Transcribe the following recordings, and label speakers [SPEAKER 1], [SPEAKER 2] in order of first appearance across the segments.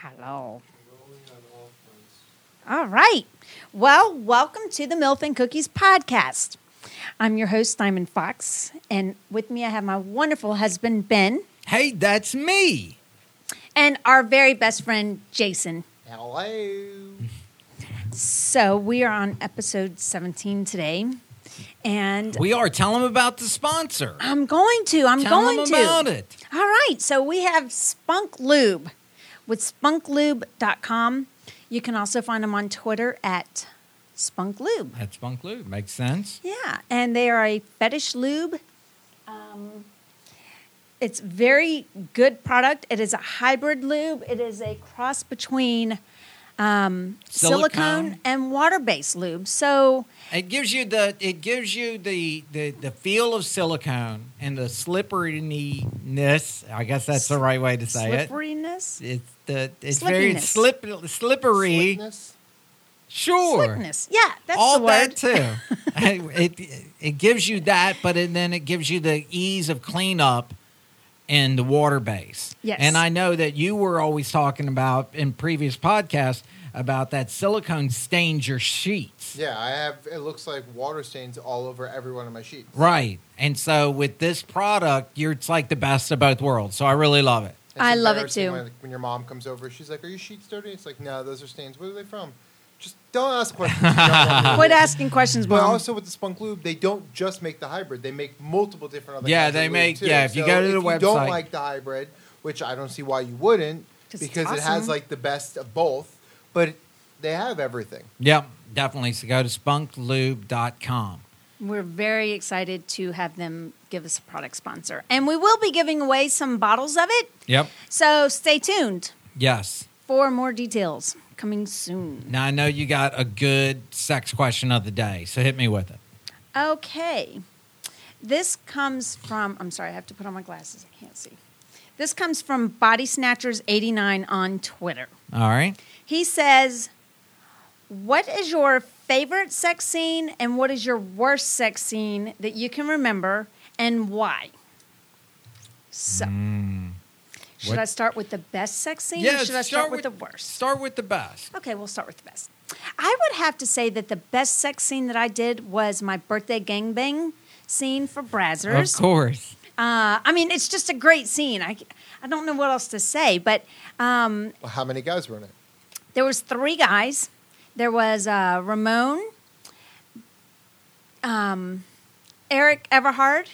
[SPEAKER 1] Hello. All right. Well, welcome to the Milf and Cookies podcast. I'm your host, Diamond Fox, and with me I have my wonderful husband, Ben,
[SPEAKER 2] Hey, that's me.
[SPEAKER 1] and our very best friend, Jason.
[SPEAKER 3] Hello.
[SPEAKER 1] So we are on episode 17 today, and
[SPEAKER 2] We are. Tell them about the sponsor.
[SPEAKER 1] I'm going to. I'm
[SPEAKER 2] Tell
[SPEAKER 1] going
[SPEAKER 2] them
[SPEAKER 1] to.
[SPEAKER 2] about it.
[SPEAKER 1] All right, so we have Spunk Lube with spunklube.com. You can also find them on Twitter at Spunk Lube.
[SPEAKER 2] That's Bunk Lube. Makes sense.
[SPEAKER 1] Yeah, and they are a fetish lube. Um, it's very good product. It is a hybrid lube. It is a cross between um, silicone.
[SPEAKER 2] Silicone.
[SPEAKER 1] and water-based lube. So
[SPEAKER 2] It gives you the it gives you the the, the feel of silicone and the slipperiness. I guess that's the right way to say
[SPEAKER 1] slipperiness,
[SPEAKER 2] it. It's the it's very
[SPEAKER 1] Slippiness.
[SPEAKER 2] slip slippery.
[SPEAKER 3] Slickness?
[SPEAKER 2] Sure.
[SPEAKER 1] slickness. Yeah, that's
[SPEAKER 2] All
[SPEAKER 1] the word.
[SPEAKER 2] that too. it, it it gives you that, but it, then it gives you the ease of cleanup in the water base.
[SPEAKER 1] Yes.
[SPEAKER 2] And I know that you were always talking about in previous podcasts about that silicone stains your sheets.
[SPEAKER 3] Yeah, I have. It looks like water stains all over every one of my sheets.
[SPEAKER 2] Right. And so with this product, you're it's like the best of both worlds. So I really love it.
[SPEAKER 3] It's
[SPEAKER 1] I love it
[SPEAKER 3] embarrassing
[SPEAKER 1] too.
[SPEAKER 3] When, when your mom comes over, she's like, "Are your sheets dirty?" It's like, "No, those are stains. Where are they from?" Just don't ask questions. you don't want to
[SPEAKER 1] Quit
[SPEAKER 3] know.
[SPEAKER 1] asking questions,
[SPEAKER 3] But
[SPEAKER 1] Mom.
[SPEAKER 3] also with the spunk lube, they don't just make the hybrid; they make multiple different other.
[SPEAKER 2] Yeah,
[SPEAKER 3] kinds of
[SPEAKER 2] they
[SPEAKER 3] lube,
[SPEAKER 2] make-
[SPEAKER 3] too.
[SPEAKER 2] yeah, if you
[SPEAKER 3] So
[SPEAKER 2] go to
[SPEAKER 3] if
[SPEAKER 2] the
[SPEAKER 3] you don't
[SPEAKER 2] website-
[SPEAKER 3] like the hybrid, which I don't see why you wouldn't,
[SPEAKER 1] 'Cause it's
[SPEAKER 3] because it
[SPEAKER 1] awesome.
[SPEAKER 3] has like the best of both. But they have everything.
[SPEAKER 2] Yep. Definitely. So go to spunklube.com.
[SPEAKER 1] We're very excited to have them give us a product sponsor. And we will be giving away some bottles of it.
[SPEAKER 2] Yep.
[SPEAKER 1] So stay tuned
[SPEAKER 2] Yes.
[SPEAKER 1] for more details coming soon.
[SPEAKER 2] Now I know you got a good sex question of the day, so hit me with it.
[SPEAKER 1] Okay. This comes from, I'm sorry, I have to put on my glasses. I can't see. This comes from Body Snatchers89 on Twitter.
[SPEAKER 2] All right.
[SPEAKER 1] He says, What is your favorite sex scene and what is your worst sex scene that you can remember and why? So, should
[SPEAKER 2] What-
[SPEAKER 1] I start with the best sex scene or should I Hmm. start, with, the worst?
[SPEAKER 2] Start with the best.
[SPEAKER 1] Okay, we'll start with the best. I would have to say that the best sex scene that I did was my birthday gangbang scene for Brazzers.
[SPEAKER 2] Of course.
[SPEAKER 1] Uh, I mean, it's just a great scene. I, I don't know what else to say, but um,
[SPEAKER 3] Well, how many guys were in it?
[SPEAKER 1] there was three guys. There was uh, Ramon, um, Eric Everhard,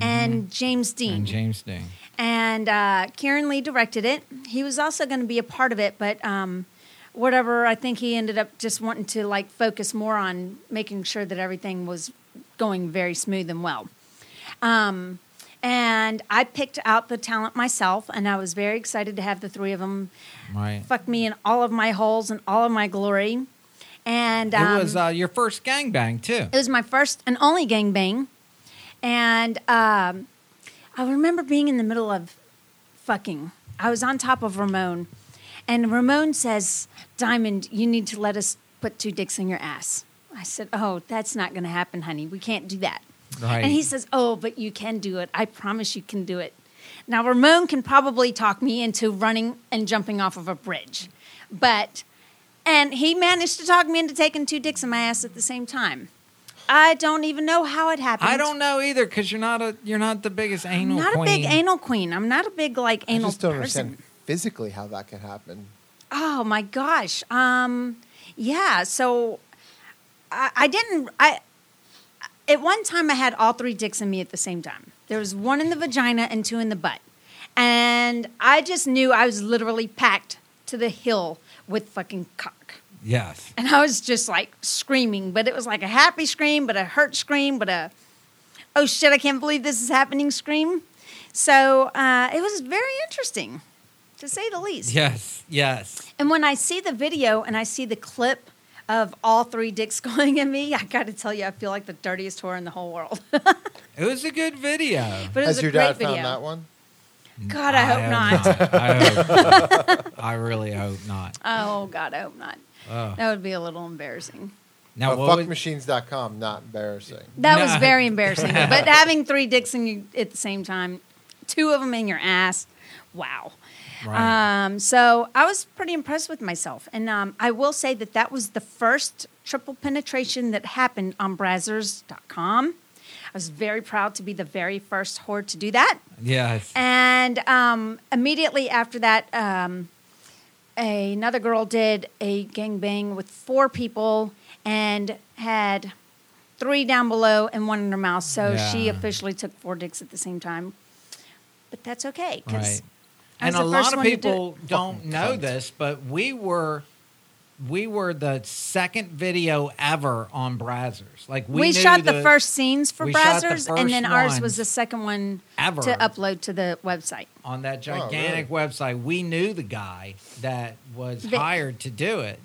[SPEAKER 1] and James Dean.
[SPEAKER 2] Mm-hmm. And James Dean.
[SPEAKER 1] And, uh, Kieran Lee directed it. He was also going to be a part of it, but um, whatever. I think he ended up just wanting to like focus more on making sure that everything was going very smooth and well. Um, and I picked out the talent myself, and I was very excited to have the three of them
[SPEAKER 2] Right.
[SPEAKER 1] fuck me in all of my holes and all of my glory. And um,
[SPEAKER 2] it was uh, your first gangbang too.
[SPEAKER 1] my first and only gangbang. And um, I remember being in the middle of fucking. I was on top of Ramon. And Ramon says, Diamond, you need to let us put two dicks in your ass. I said, Oh, that's not going to happen, honey. We can't do that.
[SPEAKER 2] Right.
[SPEAKER 1] And he says, Oh, but you can do it. I promise you can do it. Now, Ramon can probably talk me into running and jumping off of a bridge. But, and he managed to talk me into taking two dicks in my ass at the same time. I don't even know how it happened.
[SPEAKER 2] I don't know either because you're not a you're not the biggest anal.
[SPEAKER 1] not
[SPEAKER 2] queen.
[SPEAKER 1] a big anal queen. I'm not a big, like, anal
[SPEAKER 3] I just don't
[SPEAKER 1] person.
[SPEAKER 3] understand physically how that can happen.
[SPEAKER 1] Oh my gosh. Um, yeah. So I, I didn't. I at one time I had all three dicks in me at the same time. There was one in the vagina and two in the butt, and I just knew I was literally packed to the hill with fucking cock.
[SPEAKER 2] Yes.
[SPEAKER 1] And I was just like screaming, but it was like a happy scream, but a hurt scream, but a oh shit, I can't believe this is happening scream. So uh, it was very interesting, to say the least.
[SPEAKER 2] Yes. Yes.
[SPEAKER 1] And when I see the video and I see the clip of all three dicks going at me, I got to tell you, I feel like the dirtiest whore in the whole world. but
[SPEAKER 2] It was a good video.
[SPEAKER 1] it was
[SPEAKER 3] Has
[SPEAKER 1] a
[SPEAKER 3] your
[SPEAKER 1] great
[SPEAKER 3] dad
[SPEAKER 1] video.
[SPEAKER 3] found that one?
[SPEAKER 1] God, I hope not.
[SPEAKER 2] I, hope not. I really hope not.
[SPEAKER 1] Oh God, I hope not.
[SPEAKER 2] Oh.
[SPEAKER 1] That would be a little embarrassing.
[SPEAKER 2] Now
[SPEAKER 3] Uh,
[SPEAKER 2] what was,
[SPEAKER 3] fuckmachines.com, not embarrassing.
[SPEAKER 1] That
[SPEAKER 2] No.
[SPEAKER 1] was very embarrassing. but having three dicks in you at the same time, two of them in your ass, wow.
[SPEAKER 2] Right.
[SPEAKER 1] Um, so I was pretty impressed with myself. And um, I will say that that was the first triple penetration that happened on Brazzers.com. I was very proud to be the very first whore to do that.
[SPEAKER 2] yes.
[SPEAKER 1] And um, immediately after that, um, another girl did a gangbang with four people and had three down below and one in her mouth. So she
[SPEAKER 2] Yeah.
[SPEAKER 1] officially took four dicks at the same time. But that's okay. 'cause
[SPEAKER 2] Right.
[SPEAKER 1] I was
[SPEAKER 2] And a
[SPEAKER 1] the
[SPEAKER 2] lot
[SPEAKER 1] first
[SPEAKER 2] of
[SPEAKER 1] one to do it.
[SPEAKER 2] people
[SPEAKER 3] Oh,
[SPEAKER 2] don't know this, but we were we were the second video ever on Brazzers. Like we,
[SPEAKER 1] we,
[SPEAKER 2] knew
[SPEAKER 1] shot the, first scenes for
[SPEAKER 2] we shot the
[SPEAKER 1] Brazzers, and then
[SPEAKER 2] first
[SPEAKER 1] ours
[SPEAKER 2] one
[SPEAKER 1] was the second one
[SPEAKER 2] ever.
[SPEAKER 1] to upload to the website.
[SPEAKER 2] on that
[SPEAKER 3] Oh, really?
[SPEAKER 2] gigantic website. We knew the guy that was
[SPEAKER 1] The-
[SPEAKER 2] hired to do it,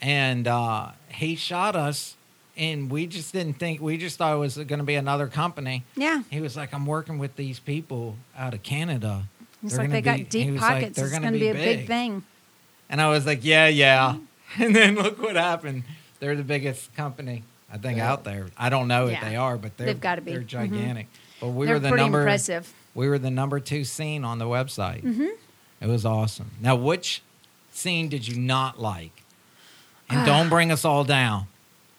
[SPEAKER 2] and uh, he shot us. And we just didn't think. We just thought it was going to be another company.
[SPEAKER 1] Yeah.
[SPEAKER 2] He was like, "I'm working with these people out of Canada.
[SPEAKER 1] It's
[SPEAKER 2] They're
[SPEAKER 1] like
[SPEAKER 2] gonna
[SPEAKER 1] they got
[SPEAKER 2] be- he
[SPEAKER 1] deep
[SPEAKER 2] was like,
[SPEAKER 1] pockets.
[SPEAKER 2] "They're
[SPEAKER 1] it's going to be, a big thing.
[SPEAKER 2] And I was like, yeah, yeah. And then look what happened. They're the biggest company, I think,
[SPEAKER 3] Yeah.
[SPEAKER 2] out there. I don't know if
[SPEAKER 1] Yeah.
[SPEAKER 2] they are, but they're,
[SPEAKER 1] They've gotta be.
[SPEAKER 2] They're
[SPEAKER 1] Mhm.
[SPEAKER 2] gigantic. But we
[SPEAKER 1] They're
[SPEAKER 2] were the
[SPEAKER 1] pretty
[SPEAKER 2] number
[SPEAKER 1] impressive. Mm-hmm.
[SPEAKER 2] we were the number two scene on the website. It was awesome. Now, which scene did you not like? And don't bring us all down.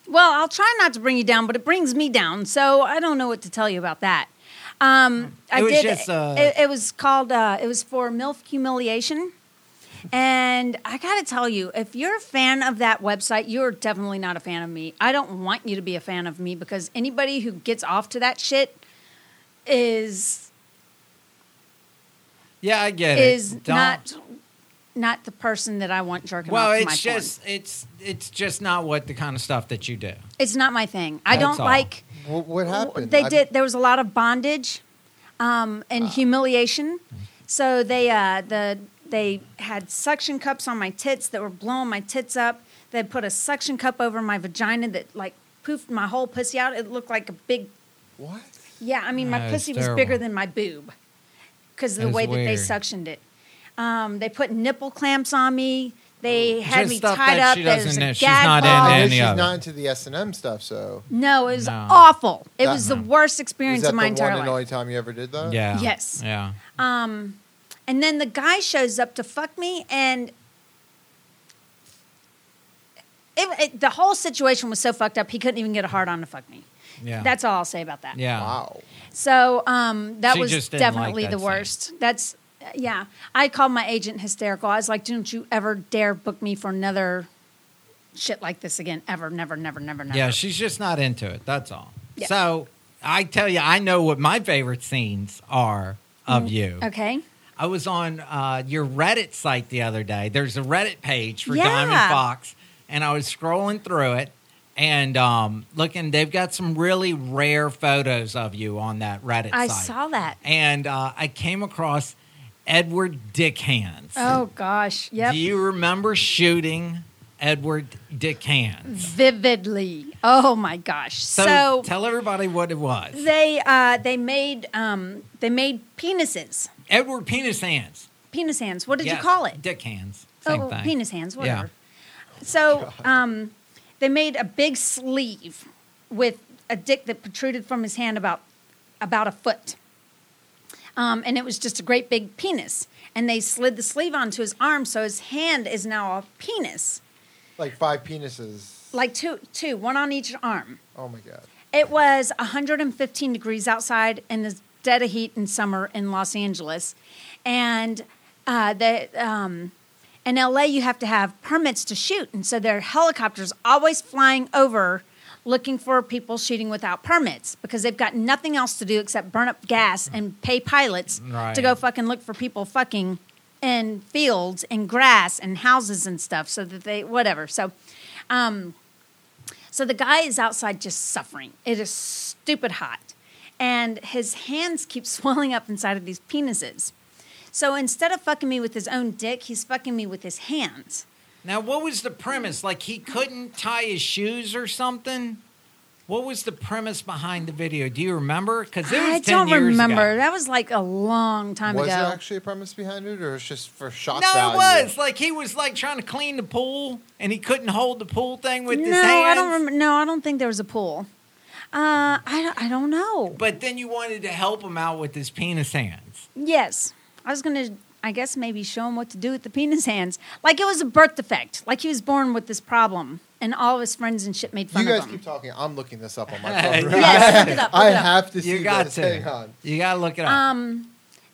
[SPEAKER 1] Well, I'll try not to bring you down, but it brings me down. So I don't know what to tell you about that. Um, I
[SPEAKER 2] It was
[SPEAKER 1] did.
[SPEAKER 2] just, uh,
[SPEAKER 1] it, it was called. Uh, it was for MILF humiliation, and I got to tell you, if you're a fan of that website, you're definitely not a fan of me. I don't want you to be a fan of me because anybody who gets off to that shit is
[SPEAKER 2] Yeah, I get
[SPEAKER 1] is
[SPEAKER 2] it. Don't-
[SPEAKER 1] not not the person that I want jerking
[SPEAKER 2] Well,
[SPEAKER 1] off to my
[SPEAKER 2] it's
[SPEAKER 1] porn.
[SPEAKER 2] just it's it's just not what the kind of stuff that you do.
[SPEAKER 1] It's not my thing. I
[SPEAKER 2] That's
[SPEAKER 1] don't
[SPEAKER 2] all.
[SPEAKER 1] like.
[SPEAKER 3] What, what happened?
[SPEAKER 1] They
[SPEAKER 3] I-
[SPEAKER 1] did. There was a lot of bondage um, and humiliation.
[SPEAKER 2] Mm-hmm.
[SPEAKER 1] So they uh, the they had suction cups on my tits that were blowing my tits up. They put a suction cup over my vagina that like poofed my whole pussy out. It looked like a big
[SPEAKER 3] What?
[SPEAKER 1] yeah. I mean,
[SPEAKER 2] That
[SPEAKER 1] my
[SPEAKER 2] is
[SPEAKER 1] pussy
[SPEAKER 2] terrible.
[SPEAKER 1] was bigger than my boob because of
[SPEAKER 2] That
[SPEAKER 1] the
[SPEAKER 2] is
[SPEAKER 1] way that they
[SPEAKER 2] weird.
[SPEAKER 1] suctioned it. Um, they put nipple clamps on me. They had
[SPEAKER 2] Just
[SPEAKER 1] me
[SPEAKER 2] stuff
[SPEAKER 1] tied
[SPEAKER 2] that
[SPEAKER 1] up.
[SPEAKER 2] she
[SPEAKER 1] There
[SPEAKER 2] doesn't
[SPEAKER 1] was a
[SPEAKER 2] know. She's
[SPEAKER 1] gag
[SPEAKER 2] not
[SPEAKER 1] ball.
[SPEAKER 2] into
[SPEAKER 3] At
[SPEAKER 2] any
[SPEAKER 3] least she's
[SPEAKER 2] of it.
[SPEAKER 3] not into the S and M stuff, so
[SPEAKER 1] No, it was
[SPEAKER 2] No.
[SPEAKER 1] awful. It
[SPEAKER 3] That-
[SPEAKER 1] was the worst experience
[SPEAKER 3] is that
[SPEAKER 1] of my
[SPEAKER 3] the
[SPEAKER 1] entire
[SPEAKER 3] one
[SPEAKER 1] life.
[SPEAKER 3] and only time you ever did that?
[SPEAKER 2] Yeah.
[SPEAKER 1] Yes.
[SPEAKER 2] Yeah.
[SPEAKER 1] And then the guy shows up to fuck me, and it, it, the whole situation was so fucked up. He couldn't even get a hard on to fuck me.
[SPEAKER 2] Yeah.
[SPEAKER 1] That's all I'll say about that.
[SPEAKER 2] yeah.
[SPEAKER 3] Wow.
[SPEAKER 1] So um, that
[SPEAKER 2] She
[SPEAKER 1] was
[SPEAKER 2] just didn't like
[SPEAKER 1] definitely
[SPEAKER 2] that
[SPEAKER 1] the
[SPEAKER 2] scene.
[SPEAKER 1] worst. That's yeah. I called my agent hysterical. I was like, "Don't you ever dare book me for another shit like this again, ever, never, never, never, never."
[SPEAKER 2] Yeah, she's just not into it. That's all.
[SPEAKER 1] Yeah.
[SPEAKER 2] So I tell you, I know what my favorite scenes are of you.
[SPEAKER 1] Mm-hmm. okay.
[SPEAKER 2] I was on uh, your Reddit site the other day. There's a Reddit page for
[SPEAKER 1] Yeah.
[SPEAKER 2] Diamond Fox, and I was scrolling through it and um, looking. They've got some really rare photos of you on that Reddit
[SPEAKER 1] I
[SPEAKER 2] site.
[SPEAKER 1] saw that.
[SPEAKER 2] and uh, I came across Edward Dick Hands.
[SPEAKER 1] Oh gosh. Yep.
[SPEAKER 2] Do you remember shooting Edward Dick Hands?
[SPEAKER 1] Vividly. Oh my gosh.
[SPEAKER 2] So,
[SPEAKER 1] Mm-hmm. so
[SPEAKER 2] tell everybody what it was.
[SPEAKER 1] They uh, they made um, they made penises,
[SPEAKER 2] Edward Penis Hands.
[SPEAKER 1] penis hands. What did
[SPEAKER 2] Yes,
[SPEAKER 1] you call it?
[SPEAKER 2] Dick Hands. Same
[SPEAKER 1] oh,
[SPEAKER 2] thing.
[SPEAKER 1] penis hands.
[SPEAKER 2] Yeah.
[SPEAKER 1] Whatever. So um, they made a big sleeve with a dick that protruded from his hand about about a foot, um, and it was just a great big penis. And they slid the sleeve onto his arm, so his hand is now a penis,
[SPEAKER 3] Like five penises.
[SPEAKER 1] like two two, one on each arm.
[SPEAKER 3] Oh my god.
[SPEAKER 1] It was 115 degrees outside in the dead of heat in summer in Los Angeles, and uh, the um, in LA you have to have permits to shoot, and so there are helicopters always flying over. Looking for people shooting without permits because they've got nothing else to do except burn up gas and pay pilots
[SPEAKER 2] Right.
[SPEAKER 1] to go fucking look for people fucking in fields and grass and houses and stuff so that they whatever. So so the guy is outside just suffering. It is stupid hot. And his hands keep swelling up inside of these penises. So instead of fucking me with his own dick, he's fucking me with his hands.
[SPEAKER 2] Now, what was the premise? Like he couldn't tie his shoes or something. What was the premise behind the video? Do you remember? Because it was
[SPEAKER 1] I
[SPEAKER 2] 10
[SPEAKER 1] don't
[SPEAKER 2] years
[SPEAKER 1] remember.
[SPEAKER 2] ago.
[SPEAKER 1] That was like a long time
[SPEAKER 3] was
[SPEAKER 1] ago.
[SPEAKER 3] there actually a premise behind it, or it's just for shock
[SPEAKER 2] No,
[SPEAKER 3] value?
[SPEAKER 2] it was like he was like trying to clean the pool, and he couldn't hold the pool thing with his
[SPEAKER 1] no,
[SPEAKER 2] hands.
[SPEAKER 1] I don't remember. No, I don't think there was a pool. Uh, I, don't- I don't know.
[SPEAKER 2] But then you wanted to help him out with his penis hands.
[SPEAKER 1] yes, I was gonna I guess maybe show him what to do with the penis hands. Like it was a birth defect. Like he was born with this problem, and all of his friends and shit made fun
[SPEAKER 3] You guys
[SPEAKER 1] of him.
[SPEAKER 3] keep talking. I'm looking this up on my phone.
[SPEAKER 1] Yes, look it up, look
[SPEAKER 3] I
[SPEAKER 1] it up.
[SPEAKER 3] have to see
[SPEAKER 2] You got
[SPEAKER 3] this.
[SPEAKER 2] to.
[SPEAKER 3] Hang on.
[SPEAKER 2] You got to look it up.
[SPEAKER 1] Um,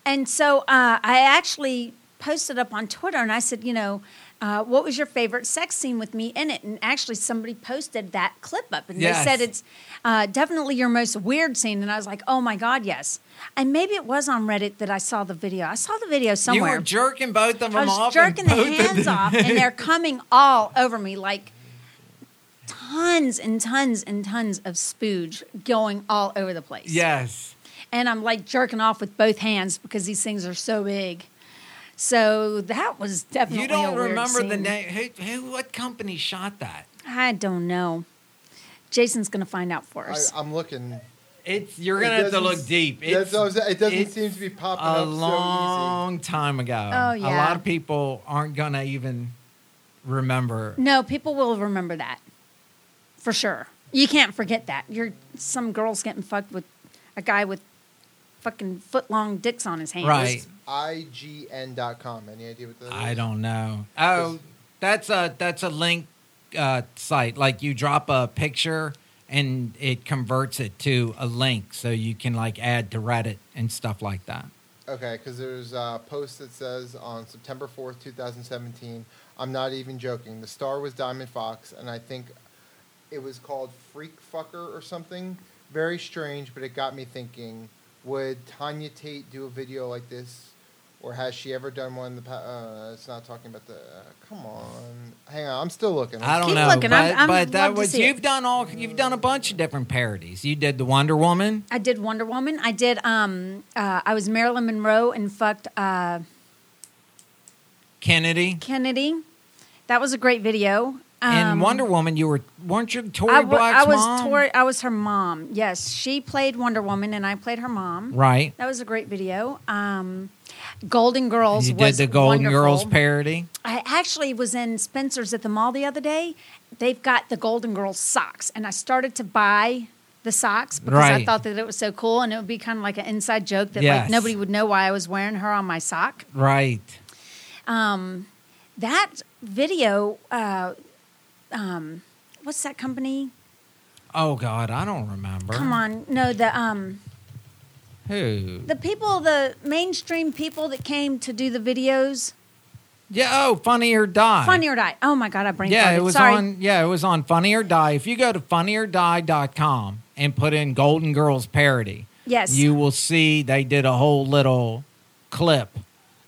[SPEAKER 1] and so uh, I actually posted up on Twitter and I said, you know, uh, what was your favorite sex scene with me in it? And actually, somebody posted that clip up and
[SPEAKER 2] Yes.
[SPEAKER 1] they said it's uh, definitely your most weird scene. And I was like, oh my God, yes. And maybe it was on Reddit that I saw the video. I saw the video somewhere.
[SPEAKER 2] You were jerking both of them
[SPEAKER 1] I was
[SPEAKER 2] off.
[SPEAKER 1] jerking
[SPEAKER 2] and
[SPEAKER 1] the
[SPEAKER 2] both of
[SPEAKER 1] hands
[SPEAKER 2] them-
[SPEAKER 1] off, and they're coming all over me like tons and tons and tons of spooge going all over the place.
[SPEAKER 2] Yes.
[SPEAKER 1] And I'm like jerking off with both hands because these things are so big. So that was definitely
[SPEAKER 2] you
[SPEAKER 1] a
[SPEAKER 2] don't
[SPEAKER 1] weird
[SPEAKER 2] remember the
[SPEAKER 1] scene.
[SPEAKER 2] name. Who, who, what company shot that?
[SPEAKER 1] I don't know. Jason's gonna find out for
[SPEAKER 3] I,
[SPEAKER 1] us.
[SPEAKER 3] I'm looking.
[SPEAKER 2] It's you're gonna have to look deep.
[SPEAKER 3] It's,
[SPEAKER 2] It's
[SPEAKER 3] it doesn't
[SPEAKER 2] it's
[SPEAKER 3] seem to be popping
[SPEAKER 2] a
[SPEAKER 3] up so
[SPEAKER 2] long time ago.
[SPEAKER 1] Oh,
[SPEAKER 2] A
[SPEAKER 1] yeah.
[SPEAKER 2] lot of people aren't gonna even remember.
[SPEAKER 1] no, people will remember that for sure. You can't forget that. You're some girl's getting fucked with a guy with fucking foot long dicks on his hands.
[SPEAKER 2] Right.
[SPEAKER 3] easy. IGN.com. Any idea what that is?
[SPEAKER 2] I don't know. Oh, that's a that's a link uh, site. Like you drop a picture and it converts it to a link, so you can like add to Reddit and stuff like that.
[SPEAKER 3] Okay, because there's a post that says on September 4th, 2017, I'm not even joking. The star was Diamond Fox, and I think it was called Freak Fucker or something. Very strange, but it got me thinking would Tanya Tate do a video like this? Or has she ever done one? In the pa- uh, it's not talking about the. uh, come on, hang on. I'm still looking.
[SPEAKER 2] I don't
[SPEAKER 1] Keep
[SPEAKER 2] know,
[SPEAKER 1] looking.
[SPEAKER 2] but,
[SPEAKER 1] I'm- I'm-
[SPEAKER 2] but that
[SPEAKER 1] love to
[SPEAKER 2] was
[SPEAKER 1] see it.
[SPEAKER 2] you've done all you've done a bunch of different parodies. You did the Wonder Woman.
[SPEAKER 1] I did Wonder Woman. I did. Um, uh, I was Marilyn Monroe and fucked uh,
[SPEAKER 2] Kennedy.
[SPEAKER 1] Kennedy. That was a great video. Um,
[SPEAKER 2] In Wonder Woman, you were weren't you Tory
[SPEAKER 1] I wa-
[SPEAKER 2] Black's
[SPEAKER 1] I was
[SPEAKER 2] mom?
[SPEAKER 1] Tori- I was her mom. Yes, she played Wonder Woman, and I played her mom.
[SPEAKER 2] Right.
[SPEAKER 1] That was a great video. Um, Golden Girls.
[SPEAKER 2] You did
[SPEAKER 1] was
[SPEAKER 2] the Golden
[SPEAKER 1] wonderful.
[SPEAKER 2] Girls parody.
[SPEAKER 1] I actually was in Spencer's at the mall the other day. They've got the Golden Girls socks, and I started to buy the socks because I
[SPEAKER 2] Right.
[SPEAKER 1] thought that it was so cool, and it would be kind of like an inside joke that
[SPEAKER 2] Yes.
[SPEAKER 1] like nobody would know why I was wearing her on my sock.
[SPEAKER 2] Right.
[SPEAKER 1] Um, that video, uh, um, what's that company?
[SPEAKER 2] Oh God, I don't remember.
[SPEAKER 1] Come on, no, the um,
[SPEAKER 2] Who?
[SPEAKER 1] the people, the mainstream people that came to do the videos.
[SPEAKER 2] Yeah. Oh, Funny or Die.
[SPEAKER 1] Funny or Die. Oh my God, I bring
[SPEAKER 2] Yeah,
[SPEAKER 1] farted.
[SPEAKER 2] it was
[SPEAKER 1] Sorry.
[SPEAKER 2] on. Yeah, it was on Funny or Die. If you go to funnyordie.com and put in Golden Girls parody,
[SPEAKER 1] Yes.
[SPEAKER 2] you will see they did a whole little clip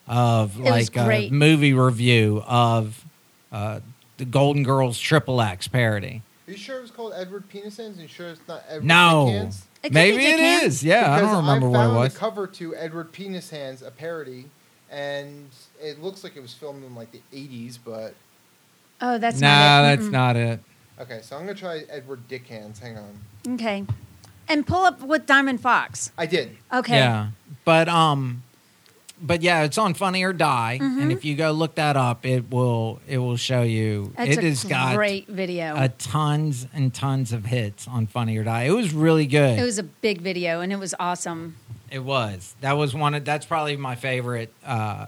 [SPEAKER 2] of
[SPEAKER 1] was
[SPEAKER 2] like a
[SPEAKER 1] great.
[SPEAKER 2] movie review of uh, the Golden Girls Triple X parody.
[SPEAKER 3] Are you sure it was called Edward Penis Hands? Are you sure it's not Edward Dick
[SPEAKER 2] No,
[SPEAKER 3] Hands?
[SPEAKER 1] It could be
[SPEAKER 2] maybe
[SPEAKER 1] Dick
[SPEAKER 2] it
[SPEAKER 1] Hands.
[SPEAKER 2] is. Yeah, I
[SPEAKER 3] Because
[SPEAKER 2] don't remember what it
[SPEAKER 3] found
[SPEAKER 2] was.
[SPEAKER 3] The cover to Edward Penis Hands, a parody, and it looks like it was filmed in like the '80s. But
[SPEAKER 1] Oh, that's
[SPEAKER 2] nah,
[SPEAKER 1] not it.
[SPEAKER 2] that's
[SPEAKER 1] Mm-mm.
[SPEAKER 2] not it.
[SPEAKER 3] okay, so I'm gonna try Edward Dick Hands. Hang on,
[SPEAKER 1] Okay, and pull up with Diamond Fox.
[SPEAKER 3] I did.
[SPEAKER 1] Okay.
[SPEAKER 2] Yeah, but um, but yeah, it's on Funny or Die,
[SPEAKER 1] Mm-hmm.
[SPEAKER 2] and if you go look that up, it will it will show you.
[SPEAKER 1] That's
[SPEAKER 2] it
[SPEAKER 1] a
[SPEAKER 2] has got
[SPEAKER 1] great video.
[SPEAKER 2] a tons and tons of hits on Funny or Die. It was really good.
[SPEAKER 1] it was a big video, and it was awesome.
[SPEAKER 2] It was. That was one of. That's probably my favorite. Uh,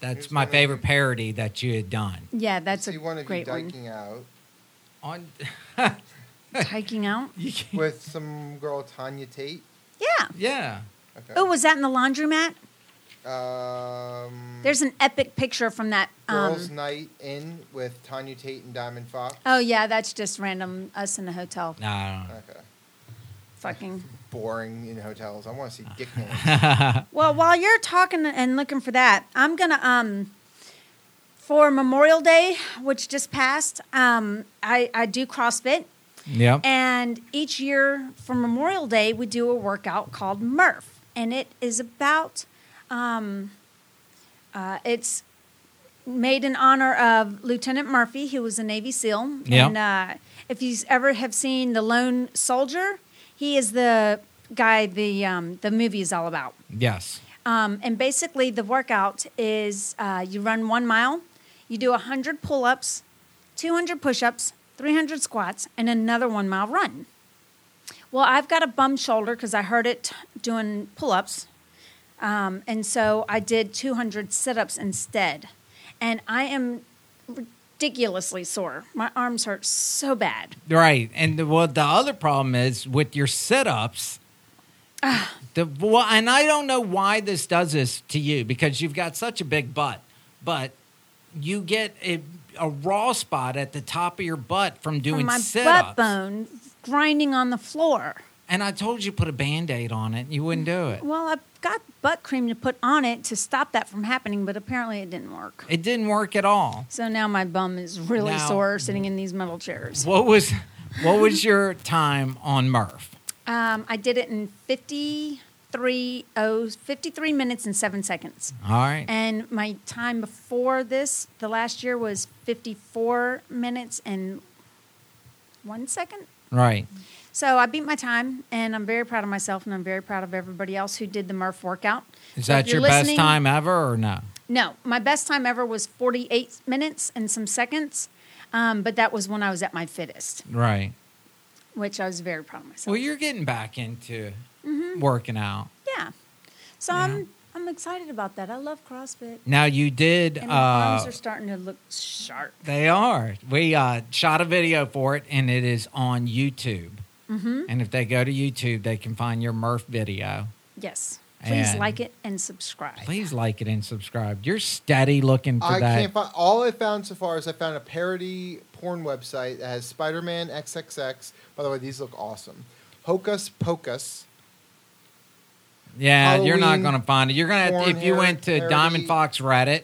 [SPEAKER 2] that's
[SPEAKER 3] Here's
[SPEAKER 2] my
[SPEAKER 3] one of-
[SPEAKER 2] favorite parody that you had done.
[SPEAKER 1] Yeah, that's
[SPEAKER 3] see
[SPEAKER 1] a
[SPEAKER 3] one of
[SPEAKER 1] great
[SPEAKER 3] you
[SPEAKER 1] one.
[SPEAKER 3] diking out
[SPEAKER 2] On
[SPEAKER 1] Hiking out.
[SPEAKER 3] with some girl Tanya Tate.
[SPEAKER 1] Yeah.
[SPEAKER 2] yeah,
[SPEAKER 3] Okay.
[SPEAKER 1] Oh, was that in the laundromat?
[SPEAKER 3] um,
[SPEAKER 1] There's an epic picture from that. Um,
[SPEAKER 3] girls' night in with Tanya Tate and Diamond Fox.
[SPEAKER 1] oh yeah, that's just random. Us in the hotel.
[SPEAKER 2] no, I don't know.
[SPEAKER 3] Okay,
[SPEAKER 1] Fucking.
[SPEAKER 3] boring in hotels. I want to see Dick Hands.
[SPEAKER 1] Well, while you're talking and looking for that, I'm gonna um for Memorial Day, which just passed, um, I, I do CrossFit
[SPEAKER 2] Yep.
[SPEAKER 1] and each year for Memorial Day we do a workout called Murph. And it is about um uh, it's made in honor of Lieutenant Murphy, who was a Navy SEAL.
[SPEAKER 2] Yeah.
[SPEAKER 1] And uh, if you ever have seen The Lone Soldier, he is the guy the um, the movie is all about.
[SPEAKER 2] yes.
[SPEAKER 1] Um, and basically, the workout is uh, you run one mile, you do 100 pull ups, 200 push ups, 300 squats, and another one mile run. Well, I've got a bum shoulder because I hurt it doing pull ups. Um, and so I did 200 sit ups instead. And I am ridiculously sore. My arms hurt so bad.
[SPEAKER 2] Right. And the, well, the other problem is with your sit ups. The well, and I don't know why this does this to you because you've got such a big butt, but you get a, a raw spot at the top of your butt from
[SPEAKER 1] From
[SPEAKER 2] doing
[SPEAKER 1] my
[SPEAKER 2] sit
[SPEAKER 1] butt
[SPEAKER 2] ups.
[SPEAKER 1] bone grinding on the floor.
[SPEAKER 2] And I told you put a band aid on it, and you wouldn't do it.
[SPEAKER 1] Well, I've got butt cream to put on it to stop that from happening, but apparently it didn't work.
[SPEAKER 2] It didn't work at all.
[SPEAKER 1] So now my bum is really
[SPEAKER 2] Now-
[SPEAKER 1] sore sitting in these metal chairs.
[SPEAKER 2] What was what was your time on Murph?
[SPEAKER 1] Um, I did it in 53, oh, 53 minutes and seven seconds.
[SPEAKER 2] All right.
[SPEAKER 1] And my time before this, the last year, was 54 minutes and one second.
[SPEAKER 2] right.
[SPEAKER 1] So I beat my time, and I'm very proud of myself, and I'm very proud of everybody else who did the Murph workout.
[SPEAKER 2] Is
[SPEAKER 1] So if
[SPEAKER 2] that
[SPEAKER 1] you're
[SPEAKER 2] your best
[SPEAKER 1] listening-
[SPEAKER 2] time ever or no?
[SPEAKER 1] No, my best time ever was 48 minutes and some seconds, um, but that was when I was at my fittest,
[SPEAKER 2] Right.
[SPEAKER 1] which I was very proud of myself.
[SPEAKER 2] Well, you're getting back into
[SPEAKER 1] Mm-hmm.
[SPEAKER 2] working out.
[SPEAKER 1] yeah. So I'm I'm excited about that. I love CrossFit,
[SPEAKER 2] Now you did.
[SPEAKER 1] and my arms
[SPEAKER 2] uh,
[SPEAKER 1] are starting to look sharp.
[SPEAKER 2] They are. We uh, shot a video for it, and it is on YouTube. Mm-hmm. And if they go to YouTube, they can find your Murph video.
[SPEAKER 1] Yes. Please
[SPEAKER 2] And-
[SPEAKER 1] like it and subscribe.
[SPEAKER 2] Please like it and subscribe. You're steady looking for
[SPEAKER 3] I
[SPEAKER 2] that.
[SPEAKER 3] can't find all I found so far is I found a parody porn website that has Spider Man XXX. By the way, these look awesome. Hocus Pocus.
[SPEAKER 2] yeah, you're not
[SPEAKER 3] Halloween,
[SPEAKER 2] going to find it. You're going to
[SPEAKER 3] porn
[SPEAKER 2] if you went to
[SPEAKER 3] parody.
[SPEAKER 2] Diamond Fox Reddit,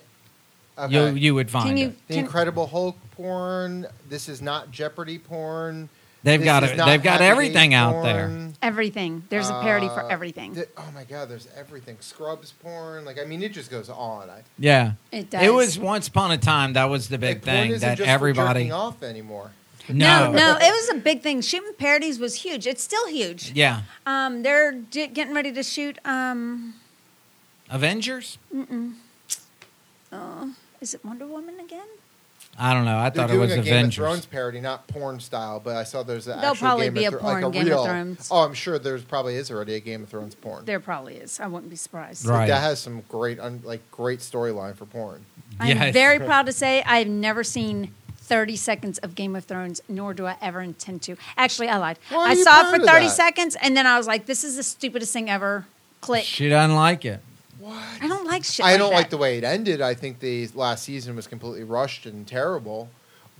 [SPEAKER 3] Okay.
[SPEAKER 2] you you would find
[SPEAKER 1] Can you-
[SPEAKER 2] it.
[SPEAKER 3] the
[SPEAKER 1] Can-
[SPEAKER 3] Incredible Hulk porn. This is not Jeopardy porn.
[SPEAKER 2] They've
[SPEAKER 3] This
[SPEAKER 2] got
[SPEAKER 3] is
[SPEAKER 2] it.
[SPEAKER 3] not
[SPEAKER 2] They've got
[SPEAKER 3] Happy Days
[SPEAKER 2] everything out there.
[SPEAKER 3] porn.
[SPEAKER 1] Everything. There's a parody for
[SPEAKER 3] Uh,
[SPEAKER 1] everything.
[SPEAKER 3] th- oh my God, there's everything. Scrubs porn. Like I mean, it just goes on. I,
[SPEAKER 2] Yeah.
[SPEAKER 1] It does.
[SPEAKER 2] It was once upon a time that was the big
[SPEAKER 3] like, porn
[SPEAKER 2] thing
[SPEAKER 3] isn't
[SPEAKER 2] that
[SPEAKER 3] just for
[SPEAKER 2] everybody.
[SPEAKER 3] jerking off anymore.
[SPEAKER 1] no, no, it was a big thing. Shooting parodies was huge. It's still huge.
[SPEAKER 2] Yeah.
[SPEAKER 1] Um, they're j- getting ready to shoot. Um,
[SPEAKER 2] Avengers?
[SPEAKER 1] oh, is it Wonder Woman again?
[SPEAKER 2] I don't know. I
[SPEAKER 3] They're
[SPEAKER 2] thought it
[SPEAKER 3] doing
[SPEAKER 2] was
[SPEAKER 3] a Game
[SPEAKER 2] Avengers.
[SPEAKER 3] of Thrones parody, not porn style, but I saw there's an
[SPEAKER 1] There'll
[SPEAKER 3] actual
[SPEAKER 1] probably
[SPEAKER 3] Game
[SPEAKER 1] be a
[SPEAKER 3] of Thro- like
[SPEAKER 1] porn Game of
[SPEAKER 3] real-
[SPEAKER 1] Thrones.
[SPEAKER 3] Oh, I'm sure there's probably is already a Game of Thrones porn.
[SPEAKER 1] There probably is. I wouldn't be surprised.
[SPEAKER 2] Right.
[SPEAKER 3] Like, that has some great, un- like great storyline for porn.
[SPEAKER 1] I'm
[SPEAKER 2] Yes.
[SPEAKER 1] very proud to say I've never seen 30 seconds of Game of Thrones, nor do I ever intend to. Actually, I lied.
[SPEAKER 3] Why are
[SPEAKER 1] I
[SPEAKER 3] you
[SPEAKER 1] saw
[SPEAKER 3] proud
[SPEAKER 1] it for
[SPEAKER 3] of
[SPEAKER 1] 30
[SPEAKER 3] that?
[SPEAKER 1] seconds, and then I was like, this is the stupidest thing ever. Click.
[SPEAKER 2] She doesn't like it.
[SPEAKER 3] What?
[SPEAKER 1] I don't like shit.
[SPEAKER 3] I don't
[SPEAKER 1] that.
[SPEAKER 3] like the way it ended. I think the last season was completely rushed and terrible.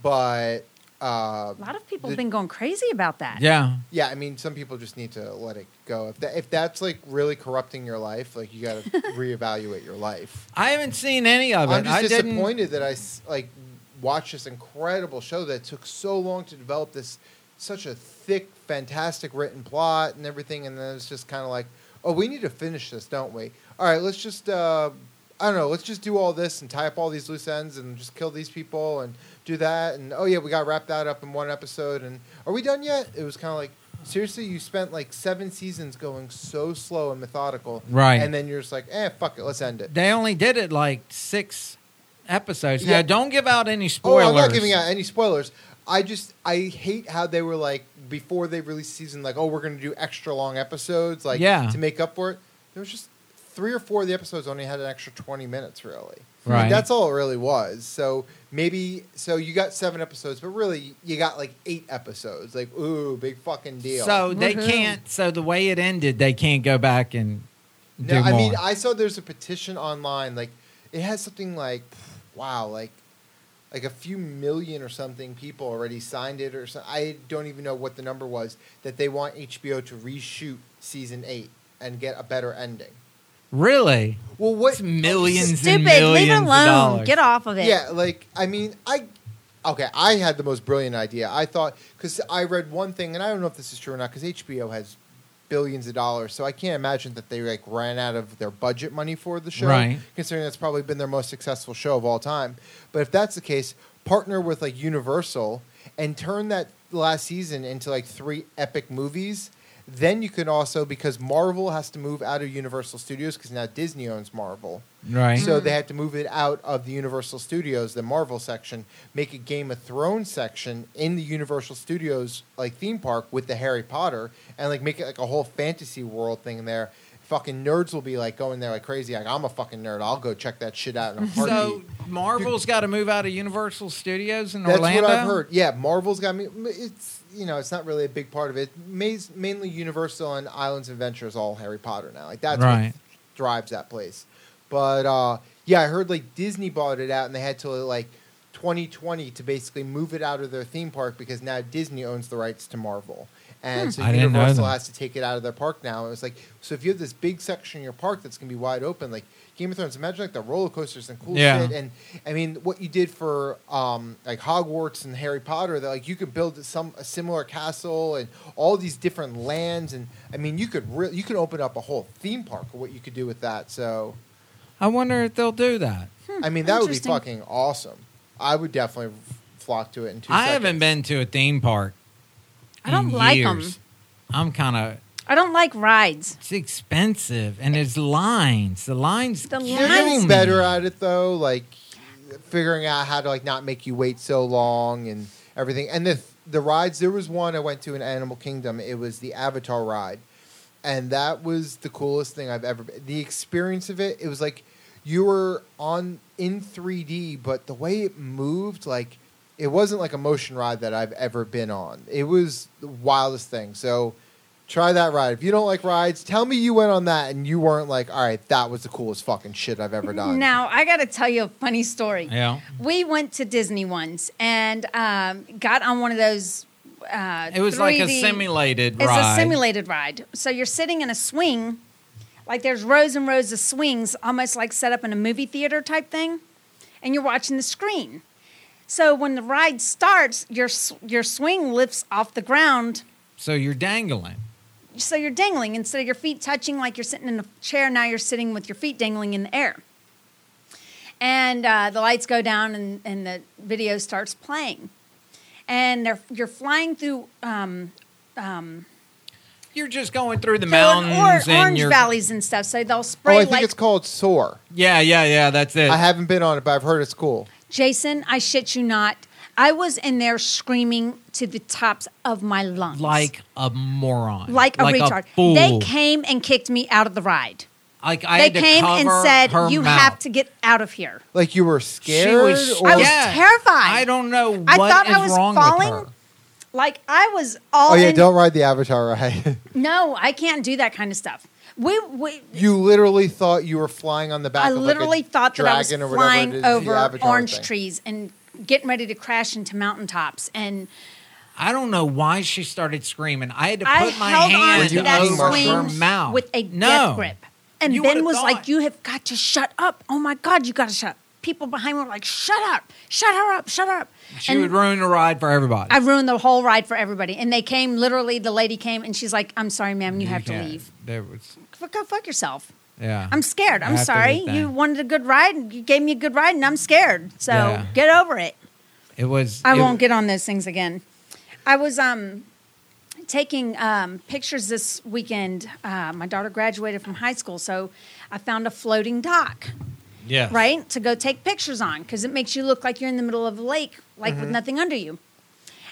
[SPEAKER 3] But uh,
[SPEAKER 1] A lot of people
[SPEAKER 3] the-
[SPEAKER 1] have been going crazy about that.
[SPEAKER 2] Yeah.
[SPEAKER 3] yeah, I mean, some people just need to let it go. If that, if that's like really corrupting your life, like you got to reevaluate your life.
[SPEAKER 2] I haven't seen any of it.
[SPEAKER 3] I'm just
[SPEAKER 2] I didn't-
[SPEAKER 3] disappointed that I s- like watched this incredible show that took so long to develop this such a thick, fantastic written plot and everything, and then it's just kind of like, oh, we need to finish this, don't we? All right, let's just uh, I don't know, let's just do all this and tie up all these loose ends and just kill these people and do that, and oh yeah, we got to wrap that up in one episode, and are we done yet? It was kind of like. Seriously, you spent like seven seasons going so slow and methodical,
[SPEAKER 2] Right.
[SPEAKER 3] And then you're just like, "eh, fuck it, let's end it."
[SPEAKER 2] They only did it like six episodes.
[SPEAKER 3] Yeah.
[SPEAKER 2] Now, don't give out any
[SPEAKER 3] Oh,
[SPEAKER 2] spoilers.
[SPEAKER 3] I'm not giving out any spoilers. I just I hate how they were like before they released season like oh we're gonna do extra long episodes like
[SPEAKER 2] Yeah.
[SPEAKER 3] to make up for it. There was just three or four of the episodes only had an extra twenty minutes really. I mean,
[SPEAKER 2] Right.
[SPEAKER 3] that's all it really was. So maybe so you got seven episodes, but really you got like eight episodes. Like ooh, big fucking deal.
[SPEAKER 2] So they
[SPEAKER 1] Woohoo.
[SPEAKER 2] can't. So the way it ended, they can't go back and do
[SPEAKER 3] No, I
[SPEAKER 2] more.
[SPEAKER 3] mean, I saw there's a petition online. Like, it has something like, wow, like, like a few million or something people already signed it, or so, I don't even know what the number was. That they want HBO to reshoot season eight and get a better ending.
[SPEAKER 2] really?
[SPEAKER 3] Well, what
[SPEAKER 2] It's millions
[SPEAKER 1] Stupid.
[SPEAKER 2] and millions
[SPEAKER 1] Leave it
[SPEAKER 2] of
[SPEAKER 1] alone.
[SPEAKER 2] dollars.
[SPEAKER 1] Get off of it.
[SPEAKER 3] Yeah, like I mean, I okay, I had the most brilliant idea. I thought because I read one thing, and I don't know if this is true or not, because HBO has billions of dollars, so I can't imagine that they like ran out of their budget money for the show.
[SPEAKER 2] Right.
[SPEAKER 3] Considering that's probably been their most successful show of all time. But if that's the case, partner with like Universal and turn that last season into like three epic movies. Then you can also because Marvel has to move out of Universal Studios because now Disney owns Marvel.
[SPEAKER 2] Right.
[SPEAKER 3] So they had to move it out of the Universal Studios, the Marvel section, make a Game of Thrones section in the Universal Studios like theme park with the Harry Potter, and like make it like a whole fantasy world thing in there. fucking nerds will be like going there like crazy. Like I'm a fucking nerd. I'll go check that shit out in a heartbeat.
[SPEAKER 2] So Marvel's got to move out of Universal Studios in
[SPEAKER 3] That's
[SPEAKER 2] Orlando.
[SPEAKER 3] what I've heard. Yeah, Marvel's got me. It's you know, it's not really a big part of it. Maze, mainly Universal and Islands of Adventure is all Harry Potter now. Like that's
[SPEAKER 2] Right.
[SPEAKER 3] what drives that place. But uh, yeah, I heard like Disney bought it out and they had to like 2020 to basically move it out of their theme park because now Disney owns the rights to Marvel. And so
[SPEAKER 2] Hmm. I didn't know
[SPEAKER 3] Universal
[SPEAKER 2] that.
[SPEAKER 3] has to take it out of their park now. And it was like, so if you have this big section in your park that's going to be wide open, like Game of Thrones, imagine like the roller coasters and cool
[SPEAKER 2] Yeah.
[SPEAKER 3] shit. And I mean, what you did for um, like Hogwarts and Harry Potter, that like you could build some a similar castle and all these different lands. And I mean, you could re- you could open up a whole theme park of what you could do with that. So
[SPEAKER 2] I wonder if they'll do that.
[SPEAKER 3] I mean, that would be
[SPEAKER 1] Interesting.
[SPEAKER 3] fucking awesome. I I would definitely flock to it in two.
[SPEAKER 2] I
[SPEAKER 3] seconds.
[SPEAKER 2] haven't been to a theme park.
[SPEAKER 1] I don't
[SPEAKER 2] in
[SPEAKER 1] like 'em.
[SPEAKER 2] years. I'm kind of.
[SPEAKER 1] I don't like rides.
[SPEAKER 2] It's expensive, and there's lines. The lines.
[SPEAKER 1] The
[SPEAKER 2] kill
[SPEAKER 3] They're getting
[SPEAKER 2] me.
[SPEAKER 3] better at it though, like figuring out how to like not make you wait so long and everything. And the the rides, there was one I went to in Animal Kingdom. It was the Avatar ride, and that was the coolest thing I've ever. Been. The experience of it, it was like you were on in 3D, but the way it moved, like it wasn't like a motion ride that I've ever been on. It was the wildest thing. So. Try that ride. If you don't like rides, tell me you went on that and you weren't like, all right, that was the coolest fucking shit I've ever done.
[SPEAKER 1] Now I got to tell you a funny story.
[SPEAKER 2] Yeah.
[SPEAKER 1] We went to Disney once and um, got on one of those. Uh,
[SPEAKER 2] It was like a
[SPEAKER 1] 3D
[SPEAKER 2] simulated
[SPEAKER 1] It's
[SPEAKER 2] ride.
[SPEAKER 1] a simulated ride. So you're sitting in a swing, like there's rows and rows of swings, almost like set up in a movie theater type thing, and you're watching the screen. So when the ride starts, your s- your swing lifts off the ground,
[SPEAKER 2] So you're dangling.
[SPEAKER 1] so you're dangling instead of your feet touching like you're sitting in a chair. Now you're sitting with your feet dangling in the air, and uh, the lights go down and, and the video starts playing, and they're, you're flying through. Um,
[SPEAKER 2] You're just going through the
[SPEAKER 1] through an or-
[SPEAKER 2] mountains and
[SPEAKER 1] orange
[SPEAKER 2] you're.
[SPEAKER 1] valleys and stuff. So they'll
[SPEAKER 3] Oh,
[SPEAKER 1] spray
[SPEAKER 3] I think
[SPEAKER 1] like
[SPEAKER 3] it's called Soar.
[SPEAKER 2] Yeah, yeah, yeah. That's it.
[SPEAKER 3] I haven't been on it, but I've heard it's cool.
[SPEAKER 1] Jason, I shit you not. I was in there screaming to the tops of my lungs.
[SPEAKER 2] like a moron.
[SPEAKER 1] like a retard.
[SPEAKER 2] fool.
[SPEAKER 1] They came and kicked me out of the ride.
[SPEAKER 2] Like I
[SPEAKER 1] they
[SPEAKER 2] had to
[SPEAKER 1] came and
[SPEAKER 2] cover
[SPEAKER 1] said,
[SPEAKER 2] her
[SPEAKER 1] You
[SPEAKER 2] mouth.
[SPEAKER 1] have to get out of here.
[SPEAKER 3] Like you were scared,
[SPEAKER 2] was
[SPEAKER 3] or
[SPEAKER 1] I was
[SPEAKER 2] Yeah.
[SPEAKER 1] terrified.
[SPEAKER 2] I don't know what
[SPEAKER 1] I thought
[SPEAKER 2] is
[SPEAKER 1] I was
[SPEAKER 2] wrong
[SPEAKER 1] falling.
[SPEAKER 2] with her.
[SPEAKER 1] Like I was all
[SPEAKER 3] oh yeah,
[SPEAKER 1] in-
[SPEAKER 3] don't ride the Avatar ride.
[SPEAKER 1] No, I can't do that kind of stuff. We, we
[SPEAKER 3] you literally thought you were flying on the back.
[SPEAKER 1] I
[SPEAKER 3] of like, a
[SPEAKER 1] literally thought that I was
[SPEAKER 3] dragon or whatever it
[SPEAKER 1] flying
[SPEAKER 3] is, the
[SPEAKER 1] over
[SPEAKER 3] Avatar
[SPEAKER 1] orange
[SPEAKER 3] thing.
[SPEAKER 1] trees and getting ready to crash into mountaintops and
[SPEAKER 2] I don't know why she started screaming. I had to put
[SPEAKER 1] I
[SPEAKER 2] my
[SPEAKER 1] held on
[SPEAKER 2] hand
[SPEAKER 1] to that
[SPEAKER 2] over her
[SPEAKER 1] swing
[SPEAKER 2] mouth
[SPEAKER 1] with a
[SPEAKER 2] no.
[SPEAKER 1] death grip. And
[SPEAKER 2] You
[SPEAKER 1] Ben
[SPEAKER 2] would've
[SPEAKER 1] was like,
[SPEAKER 2] thought-
[SPEAKER 1] You have got to shut up. Oh my God, you got to shut up. People behind me were like, Shut up, shut her up, shut her up.
[SPEAKER 2] She
[SPEAKER 1] and
[SPEAKER 2] would ruin the ride for everybody.
[SPEAKER 1] I ruined the whole ride for everybody. And they came, literally, the lady came and she's like, I'm sorry, ma'am, you, have
[SPEAKER 2] can't-
[SPEAKER 1] to leave.
[SPEAKER 2] There was,
[SPEAKER 1] F- Go fuck yourself.
[SPEAKER 2] yeah.
[SPEAKER 1] I'm scared.
[SPEAKER 2] I
[SPEAKER 1] I'm
[SPEAKER 2] have to
[SPEAKER 1] sorry.
[SPEAKER 2] leave that.
[SPEAKER 1] You wanted a good ride and you gave me a good ride, and I'm scared. So
[SPEAKER 2] Yeah.
[SPEAKER 1] get over it.
[SPEAKER 2] It was.
[SPEAKER 1] I
[SPEAKER 2] it-
[SPEAKER 1] won't get on those things again. I was um, taking um, pictures this weekend. Uh, my daughter graduated from high school, so I found a floating dock,
[SPEAKER 2] Yes.
[SPEAKER 1] right, to go take pictures on because it makes you look like you're in the middle of a lake, like with nothing under you.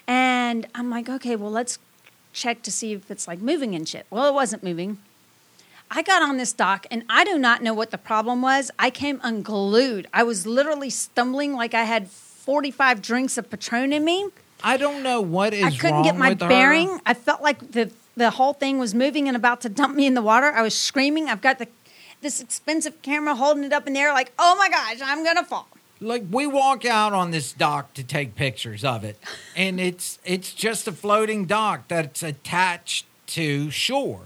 [SPEAKER 1] And I'm like, okay, well, let's check to see if it's like moving and shit. Well, it wasn't moving. I got on this dock and I do not know what the problem was. I came unglued. I was literally stumbling like I had 45 drinks of Patron in me.
[SPEAKER 2] I don't know what is
[SPEAKER 1] I couldn't
[SPEAKER 2] wrong
[SPEAKER 1] get my
[SPEAKER 2] with her.
[SPEAKER 1] bearing. I felt like the the whole thing was moving and about to dump me in the water. I was screaming. I've got the this expensive camera holding it up in the air like, "Oh my gosh, I'm going to fall."
[SPEAKER 2] like we walk out on this dock to take pictures of it and it's it's just a floating dock that's attached to shore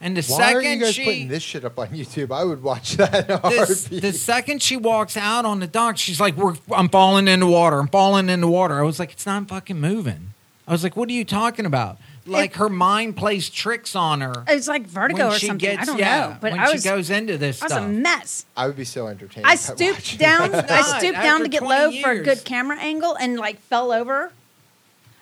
[SPEAKER 2] and the
[SPEAKER 3] Why are
[SPEAKER 2] second
[SPEAKER 3] you guys
[SPEAKER 2] she
[SPEAKER 3] putting this shit up on YouTube? I would watch that. in a
[SPEAKER 2] this-
[SPEAKER 3] heartbeat.
[SPEAKER 2] the second she walks out on the dock she's like We're, i'm falling in the water i'm falling in the water i was like it's not fucking moving i was like what are you talking about like
[SPEAKER 1] It-
[SPEAKER 2] her mind plays tricks on her
[SPEAKER 1] It was like vertigo
[SPEAKER 2] when
[SPEAKER 1] or
[SPEAKER 2] she
[SPEAKER 1] something.
[SPEAKER 2] gets
[SPEAKER 1] I don't
[SPEAKER 2] yeah,
[SPEAKER 1] know, but
[SPEAKER 2] when
[SPEAKER 1] I
[SPEAKER 2] she
[SPEAKER 1] was I
[SPEAKER 2] goes into this
[SPEAKER 1] was a
[SPEAKER 2] stuff
[SPEAKER 1] mess.
[SPEAKER 3] I would be so entertained.
[SPEAKER 1] I
[SPEAKER 3] by watching
[SPEAKER 1] stooped
[SPEAKER 3] that.
[SPEAKER 1] down. I
[SPEAKER 2] God,
[SPEAKER 1] stooped down
[SPEAKER 2] after
[SPEAKER 1] to get
[SPEAKER 2] 20
[SPEAKER 1] low for a
[SPEAKER 2] years.
[SPEAKER 1] good camera angle and like fell over.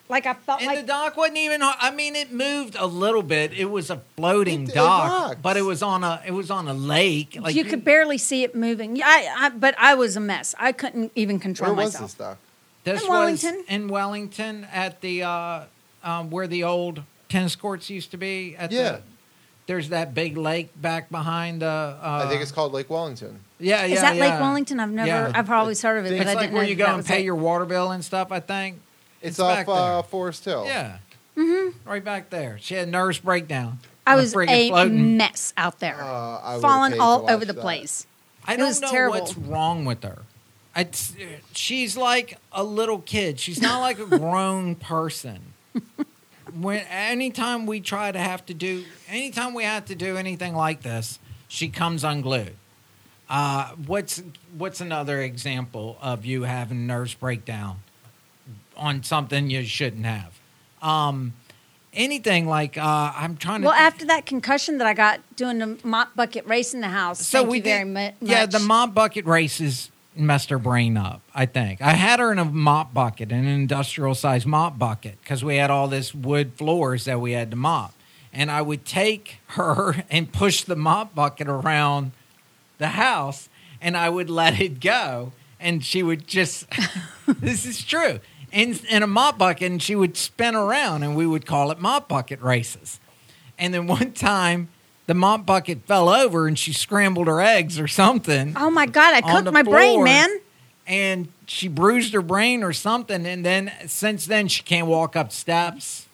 [SPEAKER 1] Like I felt
[SPEAKER 2] And
[SPEAKER 1] like
[SPEAKER 2] the dock wasn't even. I mean, it moved a little bit. It was a floating
[SPEAKER 3] It- it
[SPEAKER 2] dock,
[SPEAKER 3] rocks.
[SPEAKER 2] but it was on a it was on a lake. Like
[SPEAKER 1] you could barely see it moving. Yeah, I, I, but I was a mess. I couldn't even
[SPEAKER 3] Where
[SPEAKER 1] control
[SPEAKER 3] was
[SPEAKER 1] myself.
[SPEAKER 3] this stuff?
[SPEAKER 2] This
[SPEAKER 1] In
[SPEAKER 2] was
[SPEAKER 1] Wellington.
[SPEAKER 2] in Wellington at the uh, um, where the old tennis courts used to be. At
[SPEAKER 3] Yeah.
[SPEAKER 2] the, There's that big lake back behind. Uh, uh,
[SPEAKER 3] I think it's called Lake Wellington.
[SPEAKER 2] Yeah, yeah.
[SPEAKER 1] Is that Lake
[SPEAKER 2] yeah.
[SPEAKER 1] Wellington? I've never,
[SPEAKER 2] Yeah.
[SPEAKER 1] I've always heard of it,
[SPEAKER 3] It's
[SPEAKER 1] but
[SPEAKER 2] It's
[SPEAKER 1] I
[SPEAKER 2] like
[SPEAKER 1] didn't
[SPEAKER 2] where
[SPEAKER 1] know
[SPEAKER 2] you
[SPEAKER 1] that
[SPEAKER 2] go
[SPEAKER 1] that
[SPEAKER 2] and
[SPEAKER 1] was
[SPEAKER 2] pay
[SPEAKER 1] it.
[SPEAKER 2] your water bill and stuff. I think.
[SPEAKER 3] It's,
[SPEAKER 2] back
[SPEAKER 3] off uh,
[SPEAKER 2] there.
[SPEAKER 3] Forest Hill.
[SPEAKER 2] Yeah. Mm-hmm. Right back there. She had nervous breakdown.
[SPEAKER 1] I was
[SPEAKER 2] friggin'
[SPEAKER 1] a
[SPEAKER 2] floating.
[SPEAKER 1] mess out there,
[SPEAKER 3] Uh, I would've paid
[SPEAKER 1] falling
[SPEAKER 3] to
[SPEAKER 1] all
[SPEAKER 3] watch
[SPEAKER 1] over the
[SPEAKER 3] that.
[SPEAKER 1] place.
[SPEAKER 2] I
[SPEAKER 1] It
[SPEAKER 2] don't
[SPEAKER 1] was
[SPEAKER 2] know
[SPEAKER 1] terrible.
[SPEAKER 2] what's wrong with her. It's, she's like a little kid. She's not like a grown person. When anytime we try to have to do, anytime we have to do anything like this, she comes unglued. Uh, what's what's another example of you having nerves breakdown on something you shouldn't have? Um, anything like uh, I'm trying to.
[SPEAKER 1] Well, after that concussion that I got doing the mop bucket race in the house, thank you very
[SPEAKER 2] did-
[SPEAKER 1] mu- much.
[SPEAKER 2] Yeah, the mop bucket races messed her brain up. I think I had her in a mop bucket, in an industrial size mop bucket, because we had all this wood floors that we had to mop, and I would take her and push the mop bucket around the house, and I would let it go, and she would just. this is true. In, in a mop bucket, and she would spin around, and we would call it mop bucket races. And then one time, the mop bucket fell over and she scrambled her eggs or something.
[SPEAKER 1] Oh my God, I
[SPEAKER 2] on
[SPEAKER 1] cooked
[SPEAKER 2] the
[SPEAKER 1] my brain,
[SPEAKER 2] floor,
[SPEAKER 1] man.
[SPEAKER 2] And she bruised her brain or something. And then since then, she can't walk up steps.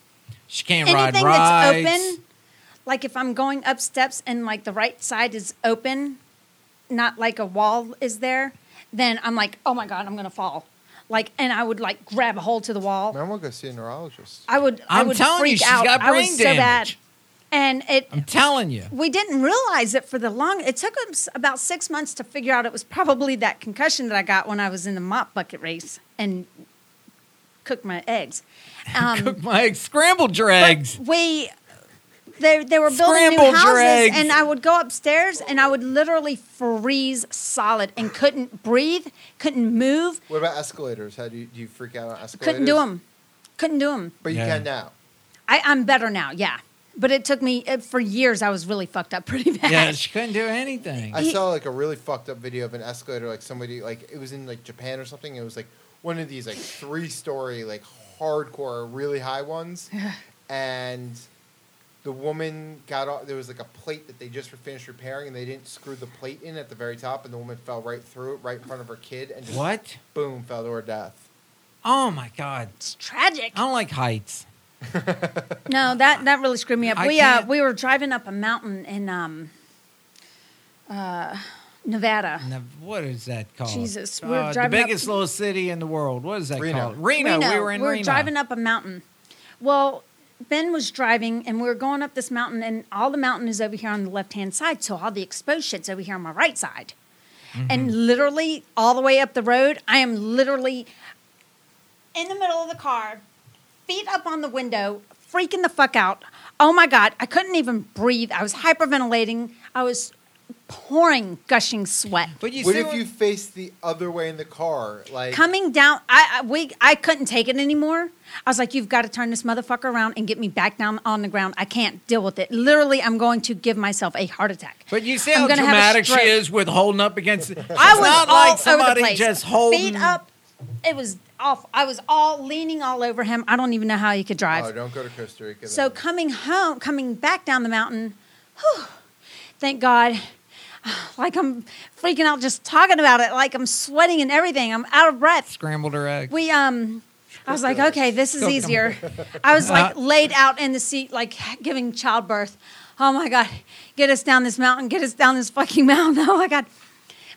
[SPEAKER 2] She can't ride
[SPEAKER 1] Anything
[SPEAKER 2] rides.
[SPEAKER 1] that's open, like if I'm going up steps and like the right side is open, not like a wall is there, then I'm like, oh my God, I'm going to fall. Like, and I would like grab a hold to the wall.
[SPEAKER 3] Man, I want to go see a neurologist.
[SPEAKER 1] I would. I
[SPEAKER 2] I'm
[SPEAKER 1] would
[SPEAKER 2] telling you,
[SPEAKER 1] freak
[SPEAKER 2] she's
[SPEAKER 1] out.
[SPEAKER 2] got
[SPEAKER 1] I
[SPEAKER 2] brain
[SPEAKER 1] was so
[SPEAKER 2] damage.
[SPEAKER 1] bad, and it.
[SPEAKER 2] I'm telling you.
[SPEAKER 1] we didn't realize it for the long. It took us about six months to figure out it was probably that concussion that I got when I was in the mop bucket race and cooked my eggs. Um,
[SPEAKER 2] Cook my eggs, scrambled your eggs.
[SPEAKER 1] we they they were building new
[SPEAKER 2] Scrambled your
[SPEAKER 1] houses,
[SPEAKER 2] eggs.
[SPEAKER 1] and I would go upstairs and I would literally freeze solid and couldn't breathe, couldn't move,
[SPEAKER 3] What about escalators? How do you, do you freak out on escalators?
[SPEAKER 1] couldn't do them, couldn't do them.
[SPEAKER 3] But you
[SPEAKER 2] Yeah.
[SPEAKER 3] can now.
[SPEAKER 1] I, I'm better now, yeah. But it took me it, for years. I was really fucked up pretty bad.
[SPEAKER 2] Yeah, she couldn't do anything.
[SPEAKER 3] I
[SPEAKER 1] He-
[SPEAKER 3] saw like a really fucked up video of an escalator, like somebody like it was in like Japan or something. It was like one of these like three story like hardcore really high ones, and the woman got off. There was like a plate that they just finished repairing, and they didn't screw the plate in at the very top, and the woman fell right through it, right in front of her kid, and just
[SPEAKER 2] What?
[SPEAKER 3] boom fell to her death.
[SPEAKER 2] Oh my God.
[SPEAKER 1] It's tragic.
[SPEAKER 2] I don't like heights.
[SPEAKER 1] No, that that really screwed me up.
[SPEAKER 2] I
[SPEAKER 1] we uh
[SPEAKER 2] can't-
[SPEAKER 1] we were driving up a mountain in um uh Nevada.
[SPEAKER 2] Now, what is that called?
[SPEAKER 1] Jesus, we're
[SPEAKER 2] uh, the
[SPEAKER 1] driving up-
[SPEAKER 2] biggest little city in the world. What is that
[SPEAKER 3] Reno.
[SPEAKER 2] called? Reno. We were in
[SPEAKER 1] we were
[SPEAKER 2] Reno.
[SPEAKER 1] driving up a mountain. Well, Ben was driving and we were going up this mountain and all the mountain is over here on the left hand side, so all the exposed shit's over here on my right side.
[SPEAKER 2] Mm-hmm.
[SPEAKER 1] And literally all the way up the road, I am literally in the middle of the car, feet up on the window, freaking the fuck out. Oh my God, I couldn't even breathe. I was hyperventilating. I was pouring, gushing sweat.
[SPEAKER 2] But you
[SPEAKER 3] what
[SPEAKER 2] see
[SPEAKER 3] if you faced the other way in the car? Like
[SPEAKER 1] Coming down, I, I we I couldn't take it anymore. I was like, "You've got to turn this motherfucker around and get me back down on the ground. I can't deal with it. Literally, I'm going to give myself a heart attack."
[SPEAKER 2] But you see
[SPEAKER 1] I'm
[SPEAKER 2] how
[SPEAKER 1] gonna have a
[SPEAKER 2] dramatic she
[SPEAKER 1] stroke.
[SPEAKER 2] is with holding up against. It's
[SPEAKER 1] I was
[SPEAKER 2] not
[SPEAKER 1] all
[SPEAKER 2] like
[SPEAKER 1] over the
[SPEAKER 2] somebody
[SPEAKER 1] place.
[SPEAKER 2] just holding
[SPEAKER 1] feet up. It was awful. I was all leaning all over him. I don't even know how he could drive.
[SPEAKER 3] oh, don't go to Costa Rica.
[SPEAKER 1] So
[SPEAKER 3] then.
[SPEAKER 1] coming home, coming back down the mountain, whew, thank God. Like I'm freaking out just talking about it. Like I'm sweating and everything. I'm out of breath.
[SPEAKER 2] Scrambled her egg.
[SPEAKER 1] We um I was like, okay, this is
[SPEAKER 2] Cook 'em.
[SPEAKER 1] easier. I was like
[SPEAKER 2] Uh,
[SPEAKER 1] laid out in the seat, like giving childbirth. Oh my God, get us down this mountain, get us down this fucking mountain. Oh my God.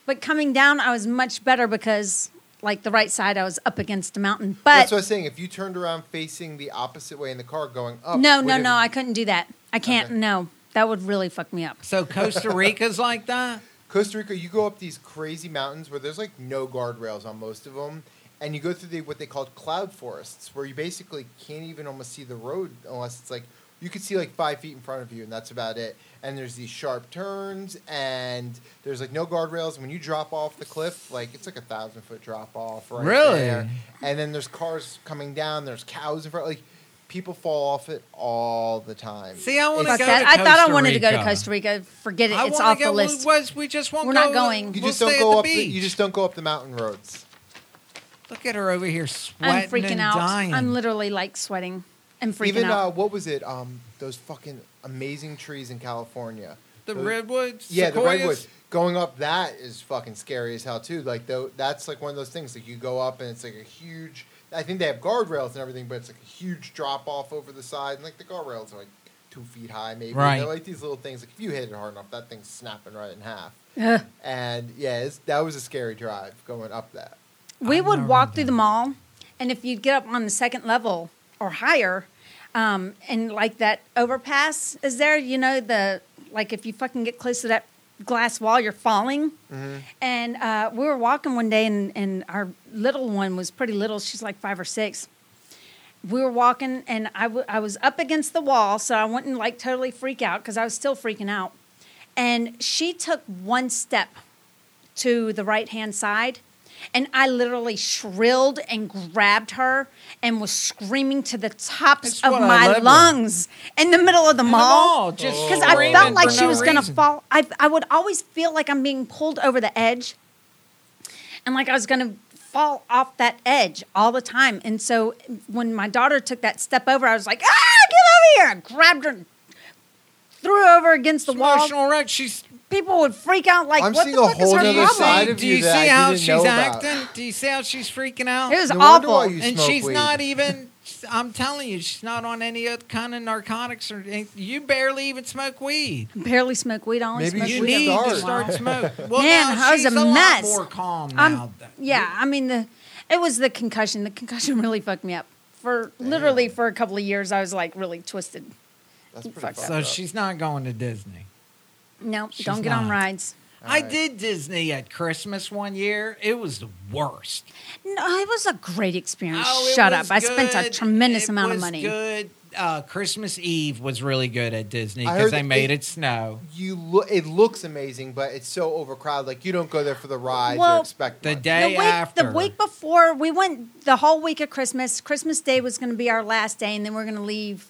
[SPEAKER 1] But coming down, I was much better because, like, the right side, I was up against the mountain. But
[SPEAKER 3] That's what I was saying. If you turned around facing the opposite way in the car, going up.
[SPEAKER 1] no,
[SPEAKER 3] would
[SPEAKER 1] no,
[SPEAKER 3] it-
[SPEAKER 1] no, I couldn't do that. I can't,
[SPEAKER 3] Okay.
[SPEAKER 1] no. That would really fuck me up.
[SPEAKER 2] so Costa Rica's like that.
[SPEAKER 3] Costa Rica, you go up these crazy mountains where there's like no guardrails on most of them, and you go through the, what they call cloud forests, where you basically can't even almost see the road unless it's like you could see like five feet in front of you, and that's about it. And there's these sharp turns, and there's like no guardrails. And when you drop off the cliff, like it's like a thousand foot drop off, right?
[SPEAKER 2] Really?
[SPEAKER 3] there. And then there's cars coming down. There's cows in front. Like people fall off it all the time.
[SPEAKER 2] See, I wanna
[SPEAKER 3] It's-
[SPEAKER 1] Fuck
[SPEAKER 2] go
[SPEAKER 1] that.
[SPEAKER 2] to
[SPEAKER 1] I thought I
[SPEAKER 2] Costa
[SPEAKER 1] wanted to go to
[SPEAKER 2] Rica.
[SPEAKER 1] Costa Rica. Forget it.
[SPEAKER 2] I
[SPEAKER 1] it's
[SPEAKER 2] wanna
[SPEAKER 1] off
[SPEAKER 2] go-
[SPEAKER 1] the list.
[SPEAKER 2] We, we- we just won't
[SPEAKER 1] We're not
[SPEAKER 2] go-
[SPEAKER 1] going.
[SPEAKER 3] You
[SPEAKER 2] we'll
[SPEAKER 3] just don't
[SPEAKER 2] stay at
[SPEAKER 3] go
[SPEAKER 2] the
[SPEAKER 3] up. The,
[SPEAKER 2] beach.
[SPEAKER 3] you just don't go up the mountain roads.
[SPEAKER 2] Look at her over here sweating
[SPEAKER 1] I'm freaking
[SPEAKER 2] and
[SPEAKER 1] out.
[SPEAKER 2] dying.
[SPEAKER 1] I'm literally like sweating. am freaking
[SPEAKER 3] Even
[SPEAKER 1] out.
[SPEAKER 3] uh, what was it? Um, those fucking amazing trees in California.
[SPEAKER 2] The
[SPEAKER 3] Those-
[SPEAKER 2] redwoods,
[SPEAKER 3] Yeah, the
[SPEAKER 2] sequoias?
[SPEAKER 3] redwoods. Going up that is fucking scary as hell too. Like though, that's like one of those things. Like you go up and it's like a huge. I think they have guardrails and everything, but it's like a huge drop off over the side, and like the guardrails are like two feet high, maybe. And
[SPEAKER 2] Right.
[SPEAKER 3] They're like these little things. Like if you hit it hard enough, that thing's snapping right in half.
[SPEAKER 1] Ugh.
[SPEAKER 3] And yeah, it's, that was a scary drive going up that.
[SPEAKER 1] We
[SPEAKER 2] I've
[SPEAKER 1] would
[SPEAKER 2] never
[SPEAKER 1] walk
[SPEAKER 2] been
[SPEAKER 1] through the
[SPEAKER 2] there.
[SPEAKER 1] mall, and if you'd get up on the second level or higher, um, and like that overpass is there, you know, the like if you fucking get close to that glass wall, you're falling.
[SPEAKER 2] Mm-hmm.
[SPEAKER 1] And uh, we were walking one day, and, and our little one was pretty little. She's like five or six. We were walking, and I, w- I was up against the wall, so I wouldn't like totally freak out because I was still freaking out. And she took one step to the right hand side. And I literally shrilled and grabbed her and was screaming to the tops
[SPEAKER 2] That's
[SPEAKER 1] of
[SPEAKER 2] what I
[SPEAKER 1] my
[SPEAKER 2] love with-
[SPEAKER 1] lungs in the middle of the mall.
[SPEAKER 2] mall, just
[SPEAKER 1] Because I
[SPEAKER 2] screaming
[SPEAKER 1] felt like
[SPEAKER 2] for
[SPEAKER 1] she
[SPEAKER 2] no
[SPEAKER 1] was going to
[SPEAKER 2] reason.
[SPEAKER 1] fall. I, I would always feel like I'm being pulled over the edge and like I was going to fall off that edge all the time. And so when my daughter took that step over, I was like, ah, get over here. I grabbed her, and threw her over against the wall.
[SPEAKER 2] Emotional wreck. She's.
[SPEAKER 1] People would freak out like,
[SPEAKER 3] I'm
[SPEAKER 1] what the
[SPEAKER 3] seeing a
[SPEAKER 1] fuck is
[SPEAKER 3] whole
[SPEAKER 1] her
[SPEAKER 2] Do
[SPEAKER 3] nother
[SPEAKER 2] you
[SPEAKER 1] problem?
[SPEAKER 3] side
[SPEAKER 2] see,
[SPEAKER 3] of
[SPEAKER 2] do
[SPEAKER 3] you
[SPEAKER 2] you
[SPEAKER 3] that I
[SPEAKER 2] see how
[SPEAKER 3] didn't
[SPEAKER 2] she's
[SPEAKER 3] know about.
[SPEAKER 2] acting? Do you see how she's freaking out?
[SPEAKER 1] It was
[SPEAKER 3] No wonder
[SPEAKER 1] awful.
[SPEAKER 3] why you
[SPEAKER 2] and
[SPEAKER 3] smoke
[SPEAKER 2] she's
[SPEAKER 3] weed.
[SPEAKER 2] not even. I'm telling you, she's not on any other kind of narcotics or anything. You barely even smoke weed.
[SPEAKER 1] barely smoke weed. I only
[SPEAKER 3] Maybe
[SPEAKER 1] smoke
[SPEAKER 2] you
[SPEAKER 1] weed.
[SPEAKER 2] need
[SPEAKER 1] once
[SPEAKER 2] to
[SPEAKER 1] in a while.
[SPEAKER 2] start smoking. Well,
[SPEAKER 1] Man,
[SPEAKER 2] now
[SPEAKER 1] I was
[SPEAKER 2] she's
[SPEAKER 1] a
[SPEAKER 2] a,
[SPEAKER 1] mess.
[SPEAKER 2] lot more calm
[SPEAKER 1] I'm-
[SPEAKER 2] now.
[SPEAKER 1] yeah, I mean the it was the concussion. The concussion really fucked me up. For literally for a couple of years, I was like really twisted.
[SPEAKER 3] That's pretty
[SPEAKER 1] Fuck
[SPEAKER 3] fucked
[SPEAKER 1] that.
[SPEAKER 2] So
[SPEAKER 3] up.
[SPEAKER 2] she's not going to Disney.
[SPEAKER 1] No,
[SPEAKER 2] She's
[SPEAKER 1] don't get on
[SPEAKER 2] not.
[SPEAKER 1] rides.
[SPEAKER 3] All
[SPEAKER 2] I
[SPEAKER 3] right.
[SPEAKER 2] did Disney at Christmas one year. It was the worst.
[SPEAKER 1] No, it was a great experience.
[SPEAKER 2] Oh, it
[SPEAKER 1] Shut up!
[SPEAKER 2] was
[SPEAKER 1] I spent a
[SPEAKER 2] good.
[SPEAKER 1] tremendous
[SPEAKER 2] It
[SPEAKER 1] amount of
[SPEAKER 2] was
[SPEAKER 1] money.
[SPEAKER 2] Good. Uh, Christmas Eve was really good at Disney
[SPEAKER 3] I
[SPEAKER 2] because
[SPEAKER 3] heard
[SPEAKER 2] they
[SPEAKER 3] it-
[SPEAKER 2] made it, snow.
[SPEAKER 3] you look it looks amazing but it's so overcrowded like you don't go there for the rides
[SPEAKER 1] Well,
[SPEAKER 3] or expect
[SPEAKER 2] The
[SPEAKER 3] much.
[SPEAKER 2] day
[SPEAKER 1] The week,
[SPEAKER 2] after,
[SPEAKER 1] the week before, we went the whole week of Christmas. Christmas Day was going to be our last day, and then we're going to leave.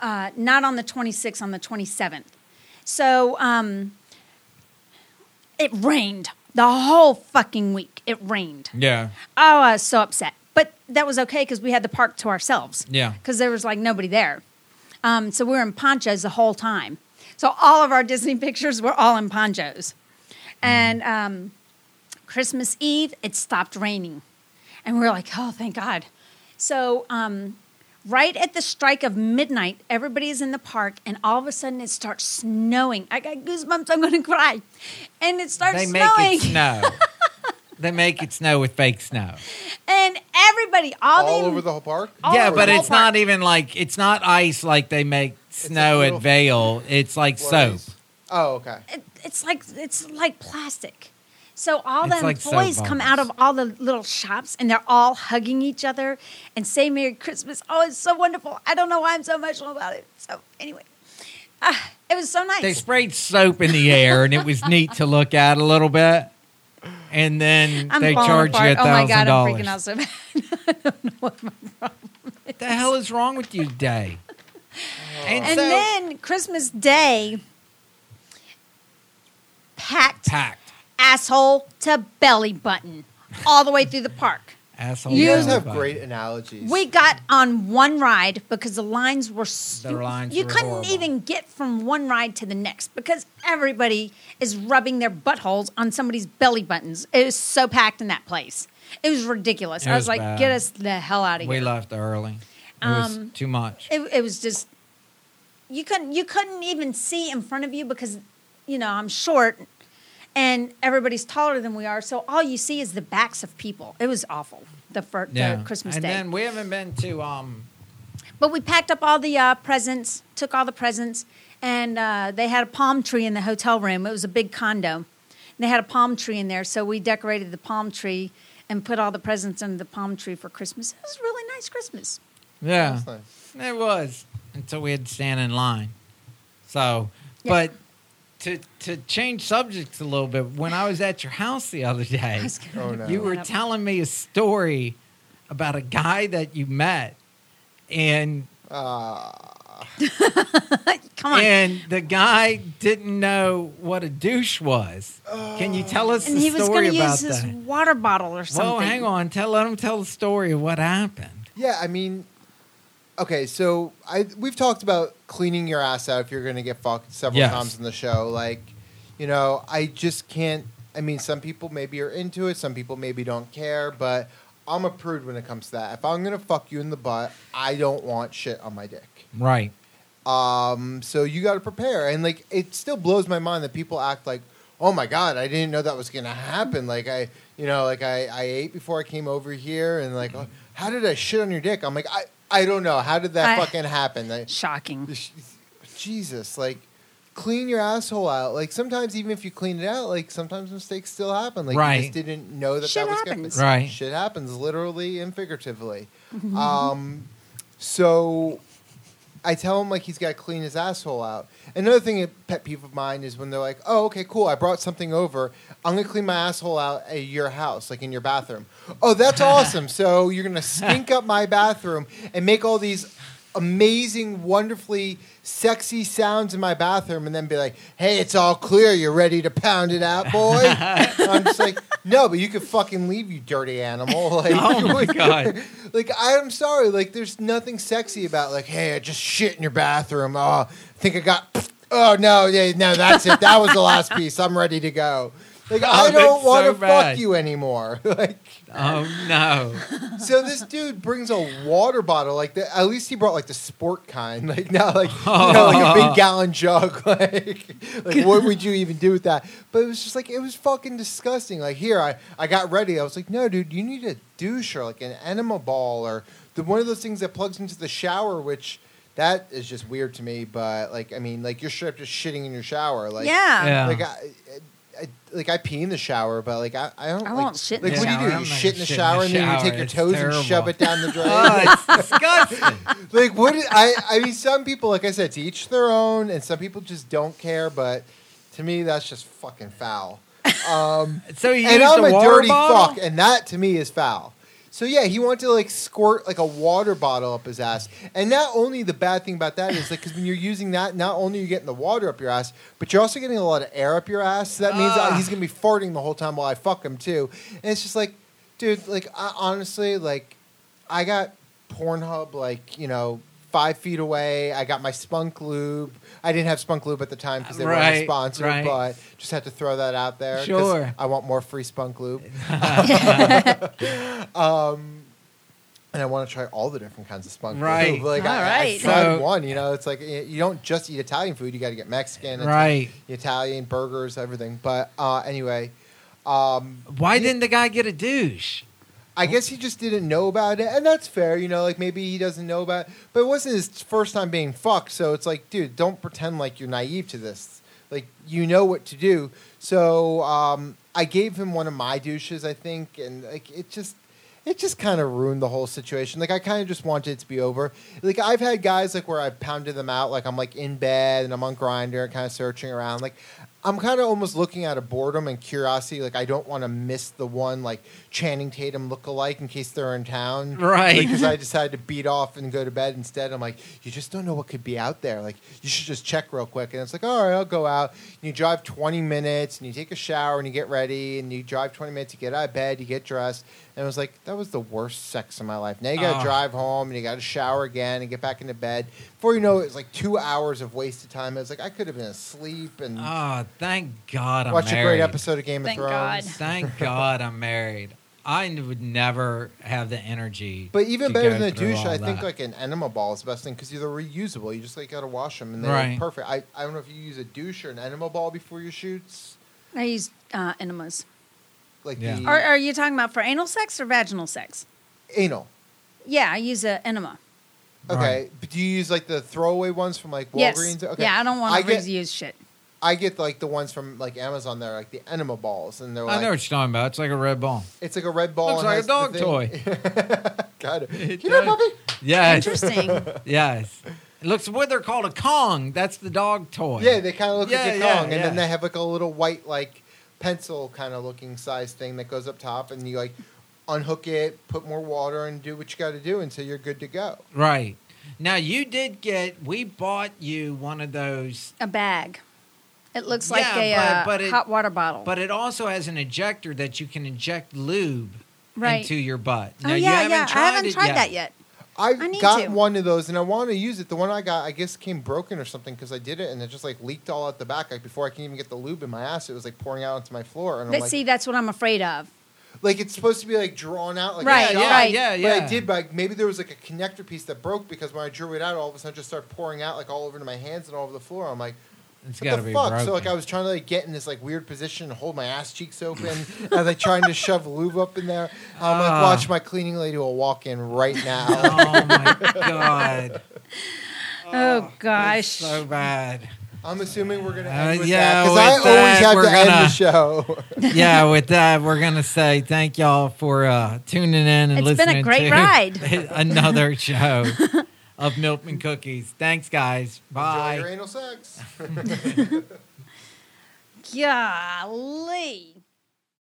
[SPEAKER 1] Uh, not on the 26th, on the 27th. So um, it rained the whole fucking week. It rained.
[SPEAKER 2] yeah,
[SPEAKER 1] Oh, I was so upset. But that was okay because we had the park to ourselves.
[SPEAKER 2] Yeah.
[SPEAKER 1] Because there was like nobody there. Um, so we were in ponchos the whole time. So all of our Disney pictures were all in ponchos. And um, Christmas Eve, it stopped raining. And we were like, oh, thank God. So um, right at the strike of midnight, everybody is in the park, and all of a sudden it starts snowing. I got goosebumps. I'm going to cry. And it starts
[SPEAKER 2] they
[SPEAKER 1] snowing.
[SPEAKER 2] make it snow. they make it snow with fake snow.
[SPEAKER 1] And everybody, all,
[SPEAKER 3] all
[SPEAKER 1] they,
[SPEAKER 3] over the whole park
[SPEAKER 1] All
[SPEAKER 2] yeah,
[SPEAKER 1] over
[SPEAKER 2] but
[SPEAKER 1] the whole
[SPEAKER 2] it's not
[SPEAKER 1] park.
[SPEAKER 2] even like it's not ice like they make snow
[SPEAKER 3] little-
[SPEAKER 2] at Vail. It's like soap.
[SPEAKER 3] Flurries. oh okay
[SPEAKER 1] it, it's like it's like plastic. So all
[SPEAKER 2] It's
[SPEAKER 1] the
[SPEAKER 2] like soap
[SPEAKER 1] employees come out of
[SPEAKER 2] bubbles.
[SPEAKER 1] all the little shops and they're all hugging each other and say Merry Christmas. Oh, it's so wonderful. I don't know why I'm so emotional about it. So anyway, ah, it was so nice.
[SPEAKER 2] They sprayed soap in the air, and it was neat to look at a little bit. And then
[SPEAKER 1] I'm
[SPEAKER 2] they
[SPEAKER 1] falling
[SPEAKER 2] charge you a
[SPEAKER 1] apart. Oh my
[SPEAKER 2] thousand
[SPEAKER 1] god, I'm freaking out
[SPEAKER 2] dollars.
[SPEAKER 1] so bad.
[SPEAKER 2] What the hell is wrong with you today? And,
[SPEAKER 1] And
[SPEAKER 2] so,
[SPEAKER 1] then Christmas Day, packed
[SPEAKER 2] packed
[SPEAKER 1] asshole to belly button all the way through the park.
[SPEAKER 2] asshole.
[SPEAKER 3] you guys
[SPEAKER 2] belly
[SPEAKER 3] have
[SPEAKER 2] button.
[SPEAKER 3] great analogies
[SPEAKER 1] We got on one ride because the lines were stu-
[SPEAKER 2] The lines
[SPEAKER 1] you
[SPEAKER 2] were
[SPEAKER 1] couldn't
[SPEAKER 2] horrible.
[SPEAKER 1] even get from one ride to the next because everybody is rubbing their buttholes on somebody's belly buttons. It was so packed in that place. It was ridiculous.
[SPEAKER 2] It
[SPEAKER 1] I was,
[SPEAKER 2] was
[SPEAKER 1] like,
[SPEAKER 2] bad.
[SPEAKER 1] get us the hell out of
[SPEAKER 2] We
[SPEAKER 1] here.
[SPEAKER 2] left early. It
[SPEAKER 1] Um,
[SPEAKER 2] was too much.
[SPEAKER 1] it, it was just you couldn't you couldn't even see in front of you because you know I'm short and everybody's taller than we are, so all you see is the backs of people. It was awful. The, fir- the Christmas
[SPEAKER 2] and
[SPEAKER 1] day.
[SPEAKER 2] then we haven't been to um.
[SPEAKER 1] But we packed up all the uh, presents, took all the presents, and uh, they had a palm tree in the hotel room. It was a big condo. They had a palm tree in there, so we decorated the palm tree and put all the presents under the palm tree for Christmas. It was a really nice Christmas.
[SPEAKER 2] Yeah,
[SPEAKER 3] That's nice.
[SPEAKER 2] it was until we had to stand in line. So,
[SPEAKER 1] Yeah.
[SPEAKER 2] but to to change subjects a little bit, when I was at your house the other day,
[SPEAKER 1] was gonna
[SPEAKER 3] Oh, no.
[SPEAKER 2] you were
[SPEAKER 1] Yep.
[SPEAKER 2] telling me a story about a guy that you met, and
[SPEAKER 3] uh,
[SPEAKER 1] Come on.
[SPEAKER 2] and the guy didn't know what a douche was. Can you tell us
[SPEAKER 1] and
[SPEAKER 2] the
[SPEAKER 1] he was
[SPEAKER 2] story
[SPEAKER 1] going to
[SPEAKER 2] about
[SPEAKER 1] use his
[SPEAKER 2] that?
[SPEAKER 1] water bottle or something.
[SPEAKER 2] Well, hang on. Tell let him tell the story of what happened.
[SPEAKER 3] yeah i mean okay, so I we've talked about cleaning your ass out if you're going to get fucked several
[SPEAKER 2] Yes.
[SPEAKER 3] times in the show. Like, you know, I just can't. I mean, some people maybe are into it, some people maybe don't care, but I'm a prude when it comes to that. If I'm going to fuck you in the butt, I don't want shit on my dick.
[SPEAKER 2] Right.
[SPEAKER 3] Um, so you got to prepare, and like it still blows my mind that people act like, "Oh my god, I didn't know that was gonna happen." Like I, you know, like I, I ate before I came over here, and like,
[SPEAKER 2] Mm-hmm.
[SPEAKER 3] "Oh, how did I shit on your dick? I'm like, I, I don't know. How did that
[SPEAKER 1] I-
[SPEAKER 3] fucking happen? Like,
[SPEAKER 1] Shocking.
[SPEAKER 3] Jesus, like, clean your asshole out. Like sometimes, even if you clean it out, like sometimes mistakes still happen. Like you
[SPEAKER 2] Right.
[SPEAKER 3] just didn't know that
[SPEAKER 1] Shit
[SPEAKER 3] that was
[SPEAKER 1] happens. Mm-hmm.
[SPEAKER 3] gonna
[SPEAKER 2] Right.
[SPEAKER 3] Shit happens, literally and figuratively. um, so I tell him like he's got to clean his asshole out. Another thing, a pet peeve of mine is when they're like, "Oh, okay, cool. I brought something over. I'm gonna clean my asshole out at your house, like in your bathroom." Oh, that's awesome. So you're gonna stink up my bathroom and make all these amazing, wonderfully sexy sounds in my bathroom, and then be like, "Hey, it's all clear. You're ready to pound it out, boy." And I'm just like, "No, but you could fucking leave, you dirty animal." Like,
[SPEAKER 2] Oh my god.
[SPEAKER 3] like I'm sorry, like there's nothing sexy about like, hey, I just shit in your bathroom. Oh, I think I got. Oh no, yeah, no, that's it. That was the last piece. I'm ready to go. Like I
[SPEAKER 2] Oh, that's
[SPEAKER 3] don't
[SPEAKER 2] so
[SPEAKER 3] want to fuck
[SPEAKER 2] bad.
[SPEAKER 3] you anymore. like
[SPEAKER 2] Oh no.
[SPEAKER 3] so, this dude brings a water bottle. Like the, at least he brought like the sport kind. Like not like you know like a big gallon jug. Like like what would you even do with that? But it was just like it was fucking disgusting. Like here, I I got ready. I was like, no, dude, you need a douche or like an enema ball or the one of those things that plugs into the shower, which. That is just weird to me, but like, I mean, like you're straight up just shitting in your shower, like,
[SPEAKER 1] yeah.
[SPEAKER 2] Yeah.
[SPEAKER 3] like I, I, I, like I pee in the shower, but like I, I don't.
[SPEAKER 1] I
[SPEAKER 3] like,
[SPEAKER 1] won't shit in
[SPEAKER 3] like,
[SPEAKER 1] the
[SPEAKER 3] what do
[SPEAKER 2] shower.
[SPEAKER 3] you do?
[SPEAKER 2] I'm
[SPEAKER 3] You
[SPEAKER 2] not
[SPEAKER 3] shit
[SPEAKER 2] gonna shit
[SPEAKER 3] in the
[SPEAKER 2] in the
[SPEAKER 3] shower and then you
[SPEAKER 2] shower.
[SPEAKER 3] take your
[SPEAKER 2] It's
[SPEAKER 3] toes
[SPEAKER 2] terrible.
[SPEAKER 3] and shove it down the drain.
[SPEAKER 2] Oh, it's disgusting.
[SPEAKER 3] like what? Is, I, I mean, some people, like I said, to each their own, and some people just don't care. But to me, that's just fucking foul. Um,
[SPEAKER 2] So you
[SPEAKER 3] and
[SPEAKER 2] used
[SPEAKER 3] I'm
[SPEAKER 2] the
[SPEAKER 3] a
[SPEAKER 2] water
[SPEAKER 3] dirty
[SPEAKER 2] bottle?
[SPEAKER 3] fuck, and that to me is foul. So yeah, he wanted to like squirt like a water bottle up his ass, and not only the bad thing about that is like because when you're using that, not only are you getting the water up your ass, but you're also getting a lot of air up your ass. So that means uh,
[SPEAKER 2] Ah.
[SPEAKER 3] he's gonna be farting the whole time while I fuck him too, and it's just like, dude, like I, honestly, like I got Pornhub like you know five feet away. I got my Spunk Lube. I didn't have Spunk Lube at the time because they weren't a
[SPEAKER 2] Right,
[SPEAKER 3] sponsor,
[SPEAKER 2] right.
[SPEAKER 3] but just had to throw that out there. 'cause
[SPEAKER 2] Sure.
[SPEAKER 3] I want more free Spunk Lube. Um, and I want to try all the different kinds of spunk
[SPEAKER 2] Right.
[SPEAKER 3] food. Like I,
[SPEAKER 1] All
[SPEAKER 3] I
[SPEAKER 1] right.
[SPEAKER 3] tried
[SPEAKER 2] So-
[SPEAKER 3] one, you know, it's like y- you don't just eat Italian food; you got to get Mexican, Ita-
[SPEAKER 2] Right.
[SPEAKER 3] Italian burgers, everything. But uh, anyway, um,
[SPEAKER 2] Why didn't the guy get a douche?
[SPEAKER 3] I guess he just didn't know about it, and that's fair, you know. Like maybe he doesn't know about, but it wasn't his first time being fucked, so it's like, dude, don't pretend like you're naive to this. Like you know what to do. So um, I gave him one of my douches, I think, and like it just, it just kind of ruined the whole situation. Like I kind of just wanted it to be over. Like I've had guys like where I pounded them out, like I'm like in bed and I'm on grinder and kind of searching around, like. I'm kind of almost looking out of boredom and curiosity. Like I don't want to miss the one like Channing Tatum lookalike in case they're in town,
[SPEAKER 2] Right.
[SPEAKER 3] Because I decided to beat off and go to bed instead. I'm like, you just don't know what could be out there. Like you should just check real quick. And it's like, all right, I'll go out. And you drive 20 minutes and you take a shower and you get ready and you drive 20 minutes. You get out of bed, you get dressed. And it was like that was the worst sex of my life. Now you got to
[SPEAKER 2] Oh.
[SPEAKER 3] drive home and you got to shower again and get back into bed. Before you know it, it was like two hours of wasted time. It was like I could have been asleep and.
[SPEAKER 2] Oh, thank God I'm
[SPEAKER 3] Watch
[SPEAKER 2] married.
[SPEAKER 3] a great episode of Game
[SPEAKER 1] Thank
[SPEAKER 3] of
[SPEAKER 1] God.
[SPEAKER 3] Thrones.
[SPEAKER 2] Thank God I'm married. I would never have the energy.
[SPEAKER 3] But even
[SPEAKER 2] to
[SPEAKER 3] better
[SPEAKER 2] go
[SPEAKER 3] than a
[SPEAKER 2] through
[SPEAKER 3] douche,
[SPEAKER 2] all
[SPEAKER 3] I think
[SPEAKER 2] that.
[SPEAKER 3] like an enema ball is the best thing because they're reusable. You just like gotta wash them and they're
[SPEAKER 2] Right.
[SPEAKER 3] perfect. I, I don't know if you use a douche or an enema ball before your shoots.
[SPEAKER 1] I use uh, enemas.
[SPEAKER 3] Like
[SPEAKER 2] Yeah.
[SPEAKER 3] the
[SPEAKER 1] Are, are you talking about for anal sex or vaginal sex?
[SPEAKER 3] anal.
[SPEAKER 1] Yeah, I use an enema.
[SPEAKER 3] Okay,
[SPEAKER 2] Right.
[SPEAKER 3] but do you use like the throwaway ones from like
[SPEAKER 1] yes.
[SPEAKER 3] Walgreens? Okay.
[SPEAKER 1] Yeah, I don't want to
[SPEAKER 3] get
[SPEAKER 1] reuse shit.
[SPEAKER 3] I get like the ones from like Amazon. They're like the enema balls, and they're
[SPEAKER 2] I
[SPEAKER 3] like
[SPEAKER 2] know what you're talking about. It's like a red ball.
[SPEAKER 3] it's like a red ball.
[SPEAKER 2] Looks
[SPEAKER 3] and
[SPEAKER 2] like a
[SPEAKER 3] has the
[SPEAKER 2] dog
[SPEAKER 3] thing-
[SPEAKER 2] toy.
[SPEAKER 3] Got it.
[SPEAKER 2] It
[SPEAKER 3] Come here,
[SPEAKER 2] does.
[SPEAKER 3] puppy.
[SPEAKER 2] Yes.
[SPEAKER 1] Interesting.
[SPEAKER 2] Yes. It looks what they're called a Kong. That's the dog toy.
[SPEAKER 3] Yeah, they kind of look
[SPEAKER 2] Yeah,
[SPEAKER 3] like a
[SPEAKER 2] yeah,
[SPEAKER 3] Kong, and then
[SPEAKER 2] yeah.
[SPEAKER 3] they have like a little white like pencil kind of looking size thing that goes up top, and you like unhook it, put more water, and do what you got to do until you're good to go.
[SPEAKER 2] Right. Now you did get we bought you one of those
[SPEAKER 1] A bag. It looks
[SPEAKER 2] Yeah,
[SPEAKER 1] like a
[SPEAKER 2] but-
[SPEAKER 1] uh,
[SPEAKER 2] but it-
[SPEAKER 1] hot water bottle.
[SPEAKER 2] but it also has an ejector that you can inject lube
[SPEAKER 1] Right.
[SPEAKER 2] into your butt.
[SPEAKER 1] oh
[SPEAKER 2] Now, you
[SPEAKER 1] yeah,
[SPEAKER 2] haven't
[SPEAKER 1] yeah. I
[SPEAKER 2] tried
[SPEAKER 1] haven't
[SPEAKER 2] it
[SPEAKER 1] tried that yet.
[SPEAKER 3] I've
[SPEAKER 1] I need
[SPEAKER 3] got
[SPEAKER 1] to.
[SPEAKER 3] one of those, and I want to use it. The one I got, I guess, came broken or something because I did it, and it just like leaked all out the back. Like before I can even get the lube in my ass, it was like pouring out onto my floor. And I'm
[SPEAKER 1] But
[SPEAKER 3] like,
[SPEAKER 1] see, that's what I'm afraid of.
[SPEAKER 3] like it's supposed to be like drawn out, like a
[SPEAKER 1] Right,
[SPEAKER 2] yeah,
[SPEAKER 3] shot.
[SPEAKER 2] yeah,
[SPEAKER 1] right.
[SPEAKER 2] yeah,
[SPEAKER 3] But
[SPEAKER 2] yeah.
[SPEAKER 3] I did, but like, maybe there was like a connector piece that broke because when I drew it out, all of a sudden it just started pouring out like all over to my hands and all over the floor. I'm like,
[SPEAKER 2] It's
[SPEAKER 3] what
[SPEAKER 2] got to
[SPEAKER 3] the
[SPEAKER 2] be
[SPEAKER 3] fuck?
[SPEAKER 2] broken.
[SPEAKER 3] So like I was trying to like get in this like weird position and hold my ass cheeks open as like trying to shove lube up in there. I'm like,
[SPEAKER 2] Ah.
[SPEAKER 3] watch my cleaning lady will walk in right now.
[SPEAKER 2] oh my god,
[SPEAKER 1] Oh, gosh.
[SPEAKER 2] so bad.
[SPEAKER 3] I'm assuming we're gonna
[SPEAKER 2] Uh,
[SPEAKER 3] end with
[SPEAKER 2] yeah,
[SPEAKER 3] that because
[SPEAKER 2] with
[SPEAKER 3] I
[SPEAKER 2] that, we're
[SPEAKER 3] always have to end the
[SPEAKER 2] gonna-
[SPEAKER 3] show.
[SPEAKER 2] yeah, with that, we're gonna say thank y'all for uh, tuning in and
[SPEAKER 1] It's been
[SPEAKER 2] listening.
[SPEAKER 1] a great
[SPEAKER 2] to
[SPEAKER 1] ride.
[SPEAKER 2] another show of Milkman Cookies. Thanks, guys. Bye.
[SPEAKER 3] Enjoy your anal sex.
[SPEAKER 1] Golly.